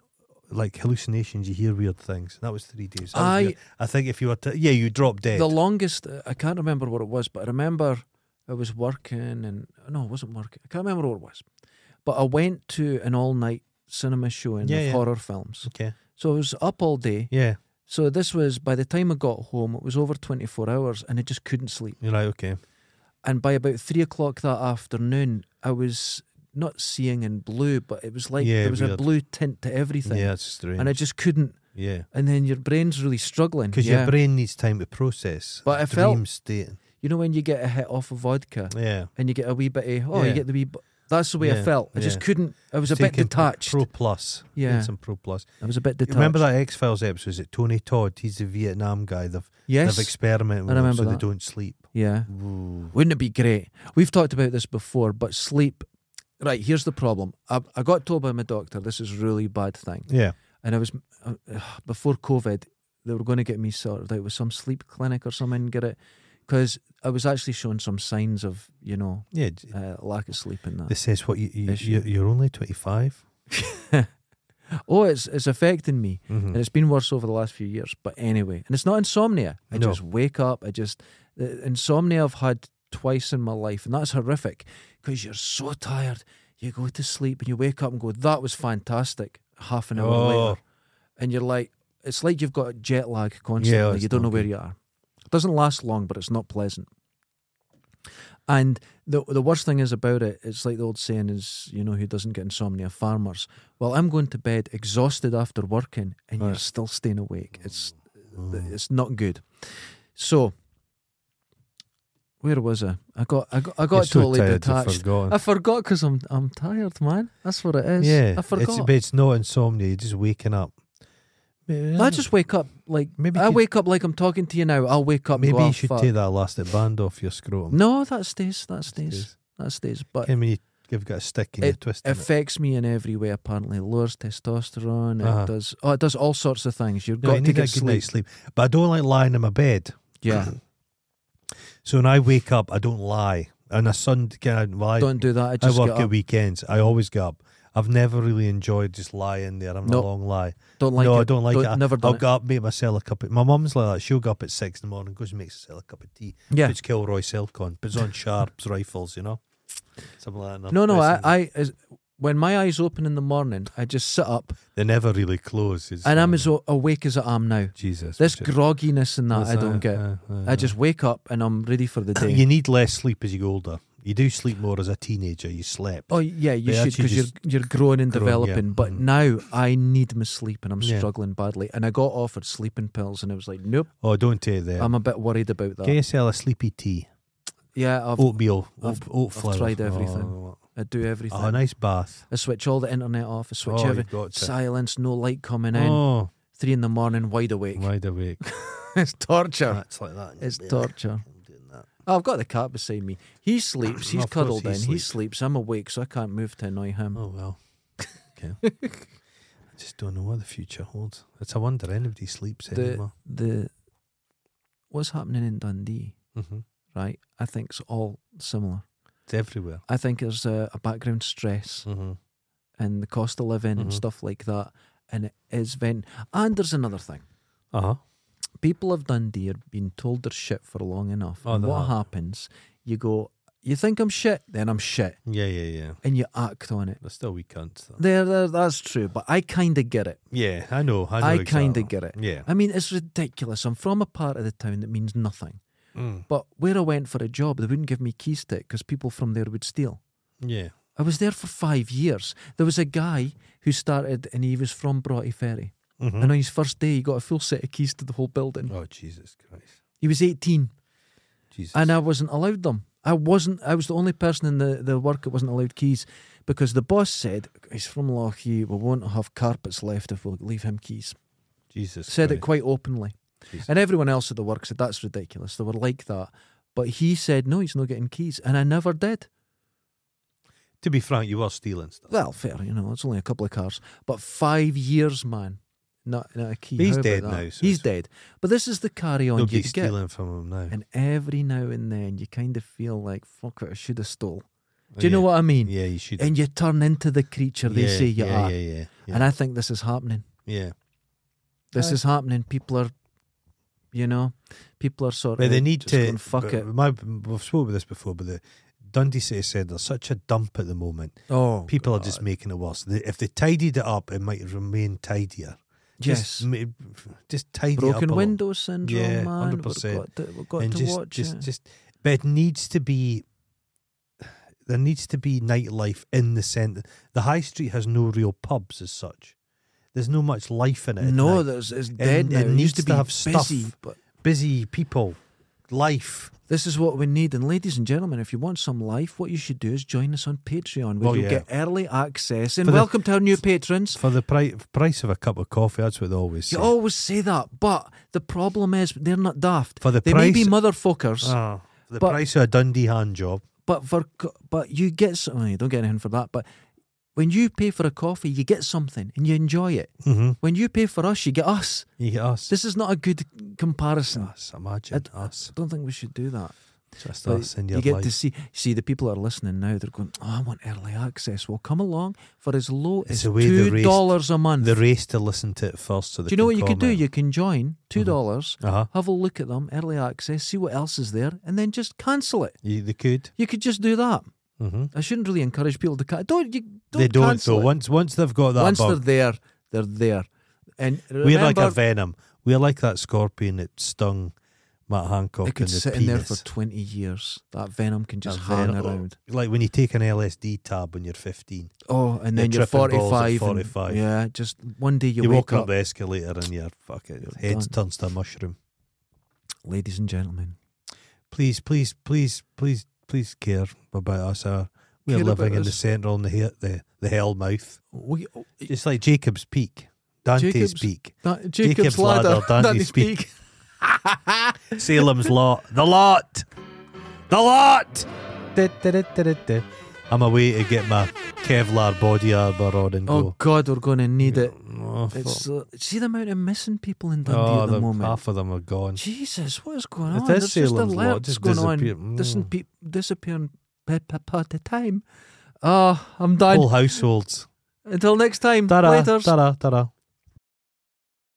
Speaker 2: like hallucinations. You hear weird things. That was three days. That was
Speaker 1: I-
Speaker 2: weird. I think if you were to yeah, you drop dead.
Speaker 1: the longest. uh, I can't remember what it was, but I remember I was working and no, I wasn't working. I can't remember what it was, but I went to an all-night cinema showing
Speaker 2: Yeah,
Speaker 1: of
Speaker 2: yeah.
Speaker 1: horror films.
Speaker 2: okay.
Speaker 1: So I was up all day.
Speaker 2: Yeah.
Speaker 1: So this was by the time I got home, it was over twenty-four hours, and I just couldn't sleep.
Speaker 2: You're like okay.
Speaker 1: and by about three o'clock that afternoon, I was not seeing in blue, but it was like
Speaker 2: Yeah,
Speaker 1: there was a
Speaker 2: weird.
Speaker 1: blue tint to everything,
Speaker 2: Yeah, it's strange.
Speaker 1: and I just couldn't.
Speaker 2: yeah.
Speaker 1: And then your brain's really struggling.
Speaker 2: Because
Speaker 1: yeah.
Speaker 2: your brain needs time to process.
Speaker 1: But
Speaker 2: the
Speaker 1: I felt-
Speaker 2: dream state.
Speaker 1: you know when you get a hit off of vodka
Speaker 2: Yeah,
Speaker 1: and you get a wee bit of oh,
Speaker 2: Yeah.
Speaker 1: you get the wee. bu- That's the way I
Speaker 2: Yeah,
Speaker 1: felt. I just
Speaker 2: yeah.
Speaker 1: couldn't. I was a bit
Speaker 2: Taking
Speaker 1: detached.
Speaker 2: Pro Plus. Taking
Speaker 1: Yeah.
Speaker 2: some Pro Plus.
Speaker 1: I was a bit detached.
Speaker 2: Remember that X Files episode? Is it Tony Todd? He's the Vietnam guy. They've
Speaker 1: Yes.
Speaker 2: they've experimented with
Speaker 1: I
Speaker 2: him
Speaker 1: remember
Speaker 2: so
Speaker 1: that.
Speaker 2: they don't sleep.
Speaker 1: yeah.
Speaker 2: Ooh.
Speaker 1: Wouldn't it be great? We've talked about this before, but sleep. Right. Here's the problem. I, I got told by my doctor this is a really bad thing.
Speaker 2: Yeah,
Speaker 1: and I was uh, ugh, before COVID. They were going to get me sorted out with some sleep clinic or something and get it because I was actually showing some signs of you know
Speaker 2: yeah.
Speaker 1: uh, lack of sleep and that.
Speaker 2: This says what you, you
Speaker 1: Issue.
Speaker 2: you- you're only twenty five.
Speaker 1: Oh, it's it's affecting me and
Speaker 2: Mm-hmm.
Speaker 1: it's been worse over the last few years. But anyway, and it's not insomnia. I
Speaker 2: No.
Speaker 1: just wake up. I just the insomnia I've had twice in my life, and that's horrific because you're so tired. You go to sleep and you wake up and go, "That was fantastic." Half an hour
Speaker 2: Oh.
Speaker 1: later, and you're like, it's like you've got jet lag constantly.
Speaker 2: Yeah, it's
Speaker 1: you don't know
Speaker 2: not
Speaker 1: where
Speaker 2: good.
Speaker 1: you are. It doesn't last long, but it's not pleasant. And the the worst thing is about it, it's like the old saying is, you know, who doesn't get insomnia? Farmers. Well, I'm going to bed exhausted after working, and you're
Speaker 2: Right. Oh.
Speaker 1: still staying awake. It's it's not good. So, where was I? I got I got, I got totally detached. I forgot because I'm I'm tired, man. That's what it is.
Speaker 2: yeah,
Speaker 1: I forgot.
Speaker 2: It's, but it's not insomnia. You're just waking up. Maybe,
Speaker 1: I just wake up like
Speaker 2: Maybe
Speaker 1: I
Speaker 2: you-
Speaker 1: wake up like I'm talking to you now. I'll wake up. and
Speaker 2: maybe
Speaker 1: go, "Ah,
Speaker 2: you should
Speaker 1: fuck."
Speaker 2: take that elastic band off your scrotum.
Speaker 1: No, that stays. That stays. That stays. But
Speaker 2: I mean, you- you've got a stick and you twist it.
Speaker 1: affects me in every way. Apparently, lowers testosterone.
Speaker 2: Uh-huh.
Speaker 1: It does. Oh, it does all sorts of things. You've
Speaker 2: No,
Speaker 1: got
Speaker 2: you
Speaker 1: to
Speaker 2: need a
Speaker 1: get
Speaker 2: good
Speaker 1: sleep.
Speaker 2: night's sleep. But I don't like lying in my bed.
Speaker 1: Yeah,
Speaker 2: So when I wake up, I don't lie. And a sun, well, I,
Speaker 1: don't do that. I
Speaker 2: I
Speaker 1: just
Speaker 2: work
Speaker 1: get
Speaker 2: at
Speaker 1: up.
Speaker 2: weekends. I always get up. I've never really enjoyed just lying there. I'm
Speaker 1: No.
Speaker 2: a long lie.
Speaker 1: Don't like
Speaker 2: no,
Speaker 1: it.
Speaker 2: I don't like it. I-
Speaker 1: Never
Speaker 2: I'll
Speaker 1: done it.
Speaker 2: go up, make myself a cup of My mum's like that. She'll go up at six in the morning, goes and makes herself a cup of tea.
Speaker 1: Yeah.
Speaker 2: Puts Kilroy silk on, puts on Sharps rifles, you know? Something like that.
Speaker 1: No, no. I,
Speaker 2: Pressing-
Speaker 1: I is, when my eyes open in the morning, I just sit up,
Speaker 2: They never really close. is-
Speaker 1: and I'm as o- awake as I am now.
Speaker 2: Jesus.
Speaker 1: This
Speaker 2: Richard.
Speaker 1: grogginess and that
Speaker 2: What's
Speaker 1: I don't get.
Speaker 2: Uh, uh,
Speaker 1: I just wake up and I'm ready for the day.
Speaker 2: You need less sleep as you go older. You do sleep more as a teenager. You slept.
Speaker 1: Oh yeah, you
Speaker 2: They
Speaker 1: should
Speaker 2: actually
Speaker 1: because you're you're growing and
Speaker 2: grow, yeah.
Speaker 1: developing. But
Speaker 2: Mhm.
Speaker 1: now I need my sleep and I'm
Speaker 2: Yeah.
Speaker 1: struggling badly. And I got offered sleeping pills and I was like, nope,
Speaker 2: Oh, don't take there.
Speaker 1: I'm a bit worried about that.
Speaker 2: Get yourself a sleepy tea.
Speaker 1: Yeah, I've,
Speaker 2: Oatmeal. Oat,
Speaker 1: I've-
Speaker 2: oat
Speaker 1: I've
Speaker 2: flour.
Speaker 1: tried
Speaker 2: Oh,
Speaker 1: everything. I do everything.
Speaker 2: Oh, a nice bath.
Speaker 1: I switch all the internet off. I switch
Speaker 2: Oh,
Speaker 1: every
Speaker 2: you've got to.
Speaker 1: silence, no light coming in.
Speaker 2: Oh,
Speaker 1: Three in the morning, wide awake.
Speaker 2: wide awake.
Speaker 1: it's torture.
Speaker 2: That's like that.
Speaker 1: It's
Speaker 2: Yeah,
Speaker 1: torture. Oh,
Speaker 2: I'm doing that.
Speaker 1: I've got the cat beside me. He sleeps. He's
Speaker 2: Of course
Speaker 1: cuddled
Speaker 2: he
Speaker 1: in. He
Speaker 2: sleeps.
Speaker 1: sleeps. I'm awake, so I can't move to annoy him.
Speaker 2: Oh well. Okay. I just don't know what the future holds. It's a wonder anybody sleeps
Speaker 1: The-
Speaker 2: anymore.
Speaker 1: The what's happening in Dundee?
Speaker 2: hmm
Speaker 1: right? I think it's all similar.
Speaker 2: It's everywhere.
Speaker 1: I think there's a, a background stress
Speaker 2: hmm
Speaker 1: and the cost of living and
Speaker 2: Mhm.
Speaker 1: stuff like that. And it is vent. And there's another thing.
Speaker 2: Uh
Speaker 1: Uh-huh.
Speaker 2: huh.
Speaker 1: People of Dundee have been told they're shit for long enough.
Speaker 2: Oh,
Speaker 1: and
Speaker 2: they
Speaker 1: what
Speaker 2: have.
Speaker 1: happens? You go, you think I'm shit, then I'm shit.
Speaker 2: Yeah, yeah, yeah.
Speaker 1: And you act on it.
Speaker 2: They're still weak cunts. though.
Speaker 1: There, there, that's true. But I kind of get it.
Speaker 2: Yeah, I know. I, know
Speaker 1: I
Speaker 2: exactly.
Speaker 1: kind of get it.
Speaker 2: Yeah.
Speaker 1: I mean, it's ridiculous. I'm from a part of the town that means nothing.
Speaker 2: Mm.
Speaker 1: But where I went for a job, they wouldn't give me key stick because people from there would steal.
Speaker 2: Yeah.
Speaker 1: I was there for five years. There was a guy who started, and he was from Broughty Ferry.
Speaker 2: Mhm.
Speaker 1: And on his first day, he got a full set of keys to the whole building.
Speaker 2: Oh Jesus Christ.
Speaker 1: He was 18,
Speaker 2: Jesus.
Speaker 1: and I wasn't allowed them. I wasn't. I was the only person in the, the work that wasn't allowed keys because the boss said he's from Lochie. We won't have carpets left if we leave him keys.
Speaker 2: Jesus.
Speaker 1: Said it
Speaker 2: Christ.
Speaker 1: quite openly,
Speaker 2: Jesus.
Speaker 1: and everyone else at the work said that's ridiculous. They were like that, but he said no, he's not getting keys, and I never did.
Speaker 2: To be frank, you were stealing stuff.
Speaker 1: Well, fair, you know, it's only a couple of cars, but five years, man. Not, not a key.
Speaker 2: But he's
Speaker 1: How about
Speaker 2: dead
Speaker 1: that?
Speaker 2: now, so
Speaker 1: he's
Speaker 2: it's-
Speaker 1: dead. But this is the carry on you
Speaker 2: Nobody's
Speaker 1: get.
Speaker 2: stealing from him now.
Speaker 1: And every now and then you kind of feel like, fuck it, I should have stole.
Speaker 2: Oh,
Speaker 1: Do you know
Speaker 2: yeah.
Speaker 1: what I mean?
Speaker 2: Yeah, you should.
Speaker 1: And you turn into the creature they
Speaker 2: yeah,
Speaker 1: say you
Speaker 2: yeah,
Speaker 1: are.
Speaker 2: Yeah, yeah, yeah.
Speaker 1: And I think this is happening.
Speaker 2: yeah.
Speaker 1: This
Speaker 2: Aye.
Speaker 1: is happening. People are, you know, people are sort
Speaker 2: But
Speaker 1: of
Speaker 2: they need
Speaker 1: just
Speaker 2: to
Speaker 1: going, fuck
Speaker 2: but
Speaker 1: it.
Speaker 2: My, we've spoken about this before, but the Dundee City said there's such a dump at the moment.
Speaker 1: Oh,
Speaker 2: People are just making it worse. They, if they tidied it up, it might remain tidier.
Speaker 1: yes.
Speaker 2: Just, ma- just tidy it up.
Speaker 1: Broken
Speaker 2: a lot.
Speaker 1: window syndrome,
Speaker 2: Yeah,
Speaker 1: man. We've
Speaker 2: 100%.
Speaker 1: got to, we've got
Speaker 2: and
Speaker 1: to
Speaker 2: just,
Speaker 1: watch
Speaker 2: just,
Speaker 1: it.
Speaker 2: just, but it needs to be. There needs to be nightlife in the centre. The high street has no real pubs as such. There's no much life in it. at
Speaker 1: no,
Speaker 2: night.
Speaker 1: there's, it's dead.
Speaker 2: it
Speaker 1: now. It,
Speaker 2: needs
Speaker 1: used to
Speaker 2: to
Speaker 1: be
Speaker 2: have stuff.
Speaker 1: busy, but
Speaker 2: busy people, life.
Speaker 1: This is what we need. And ladies and gentlemen, if you want some life, what you should do is join us on Patreon, where
Speaker 2: Oh,
Speaker 1: you'll
Speaker 2: yeah.
Speaker 1: get early access. And
Speaker 2: For the-
Speaker 1: welcome to our new patrons.
Speaker 2: For the pri- price of a cup of coffee, that's what they always say.
Speaker 1: You always say that, but the problem is they're not daft.
Speaker 2: For the
Speaker 1: they
Speaker 2: price,
Speaker 1: may be motherfuckers,
Speaker 2: Ah, for the
Speaker 1: but-
Speaker 2: price of a Dundee hand job.
Speaker 1: but for co- but you get some. well, You don't get anything for that. But when you pay for a coffee, you get something and you enjoy it.
Speaker 2: Mm-hmm.
Speaker 1: When you pay for us, you get us.
Speaker 2: You get us.
Speaker 1: This is not a good comparison. I
Speaker 2: us. Imagine us.
Speaker 1: don't think we should do that.
Speaker 2: Just
Speaker 1: But
Speaker 2: us in your
Speaker 1: you get
Speaker 2: life.
Speaker 1: to see see the people that are listening now. They're going, "Oh, I want early access." Well, come along for as low
Speaker 2: It's
Speaker 1: as
Speaker 2: the way they
Speaker 1: two
Speaker 2: raised
Speaker 1: dollars a month.
Speaker 2: the race to listen to it first. So
Speaker 1: do you know what you could do? You can join two dollars,
Speaker 2: uh huh.
Speaker 1: have a look at them, early access, see what else is there, and then just cancel it.
Speaker 2: You, they could.
Speaker 1: You could just do that.
Speaker 2: Mm-hmm.
Speaker 1: I shouldn't really encourage people to can- don't. You don't
Speaker 2: They don't.
Speaker 1: cancel
Speaker 2: So
Speaker 1: it.
Speaker 2: once once they've got that
Speaker 1: once
Speaker 2: bug,
Speaker 1: they're there, they're there. And
Speaker 2: we're like a
Speaker 1: remember,
Speaker 2: venom. We're like that scorpion that stung Matt Hancock
Speaker 1: it could
Speaker 2: in the
Speaker 1: sit
Speaker 2: penis.
Speaker 1: in there for twenty years. That venom can just
Speaker 2: That
Speaker 1: hang
Speaker 2: venom.
Speaker 1: around.
Speaker 2: Like when you take an LSD tab when you're 15,
Speaker 1: Oh, and
Speaker 2: You're
Speaker 1: then you're
Speaker 2: tripping
Speaker 1: 45.
Speaker 2: balls at
Speaker 1: and-
Speaker 2: 45.
Speaker 1: yeah, just one day you,
Speaker 2: you, walk
Speaker 1: wake
Speaker 2: up,
Speaker 1: up.
Speaker 2: the escalator and your fucking your
Speaker 1: You're
Speaker 2: head
Speaker 1: done.
Speaker 2: turns to a mushroom.
Speaker 1: Ladies and gentlemen,
Speaker 2: Please, please, please, please, please care about us. Uh, we're
Speaker 1: Care about
Speaker 2: living in the
Speaker 1: us.
Speaker 2: centre on the, he- the the hell mouth.
Speaker 1: we,
Speaker 2: It's like Jacob's Peak, Dante's
Speaker 1: Jacob's-
Speaker 2: Peak,
Speaker 1: that, Jacob's,
Speaker 2: Jacob's
Speaker 1: ladder, Oh
Speaker 2: ladder, Dante's
Speaker 1: Dante's
Speaker 2: Peak.
Speaker 1: Peak.
Speaker 2: Salem's Lot, the lot, the lot. I'm away to get my Kevlar body armor on and
Speaker 1: Oh
Speaker 2: go.
Speaker 1: God, we're going to need it.
Speaker 2: Oh,
Speaker 1: It's
Speaker 2: fuck.
Speaker 1: uh, see the amount of missing people in Dundee
Speaker 2: Oh,
Speaker 1: at the
Speaker 2: the-
Speaker 1: moment.
Speaker 2: half of them are gone.
Speaker 1: Jesus, what is going
Speaker 2: It
Speaker 1: on?
Speaker 2: is
Speaker 1: There's just
Speaker 2: Salem's Lot,
Speaker 1: alerts
Speaker 2: just
Speaker 1: going
Speaker 2: disappear-
Speaker 1: on, Dis-
Speaker 2: Mm.
Speaker 1: pe- disappearing pe- pe- part of time. Ah, I'm done.
Speaker 2: Whole households.
Speaker 1: Until next time,
Speaker 2: Oh. Ta-da,
Speaker 1: later.
Speaker 2: ta-da, ta-da.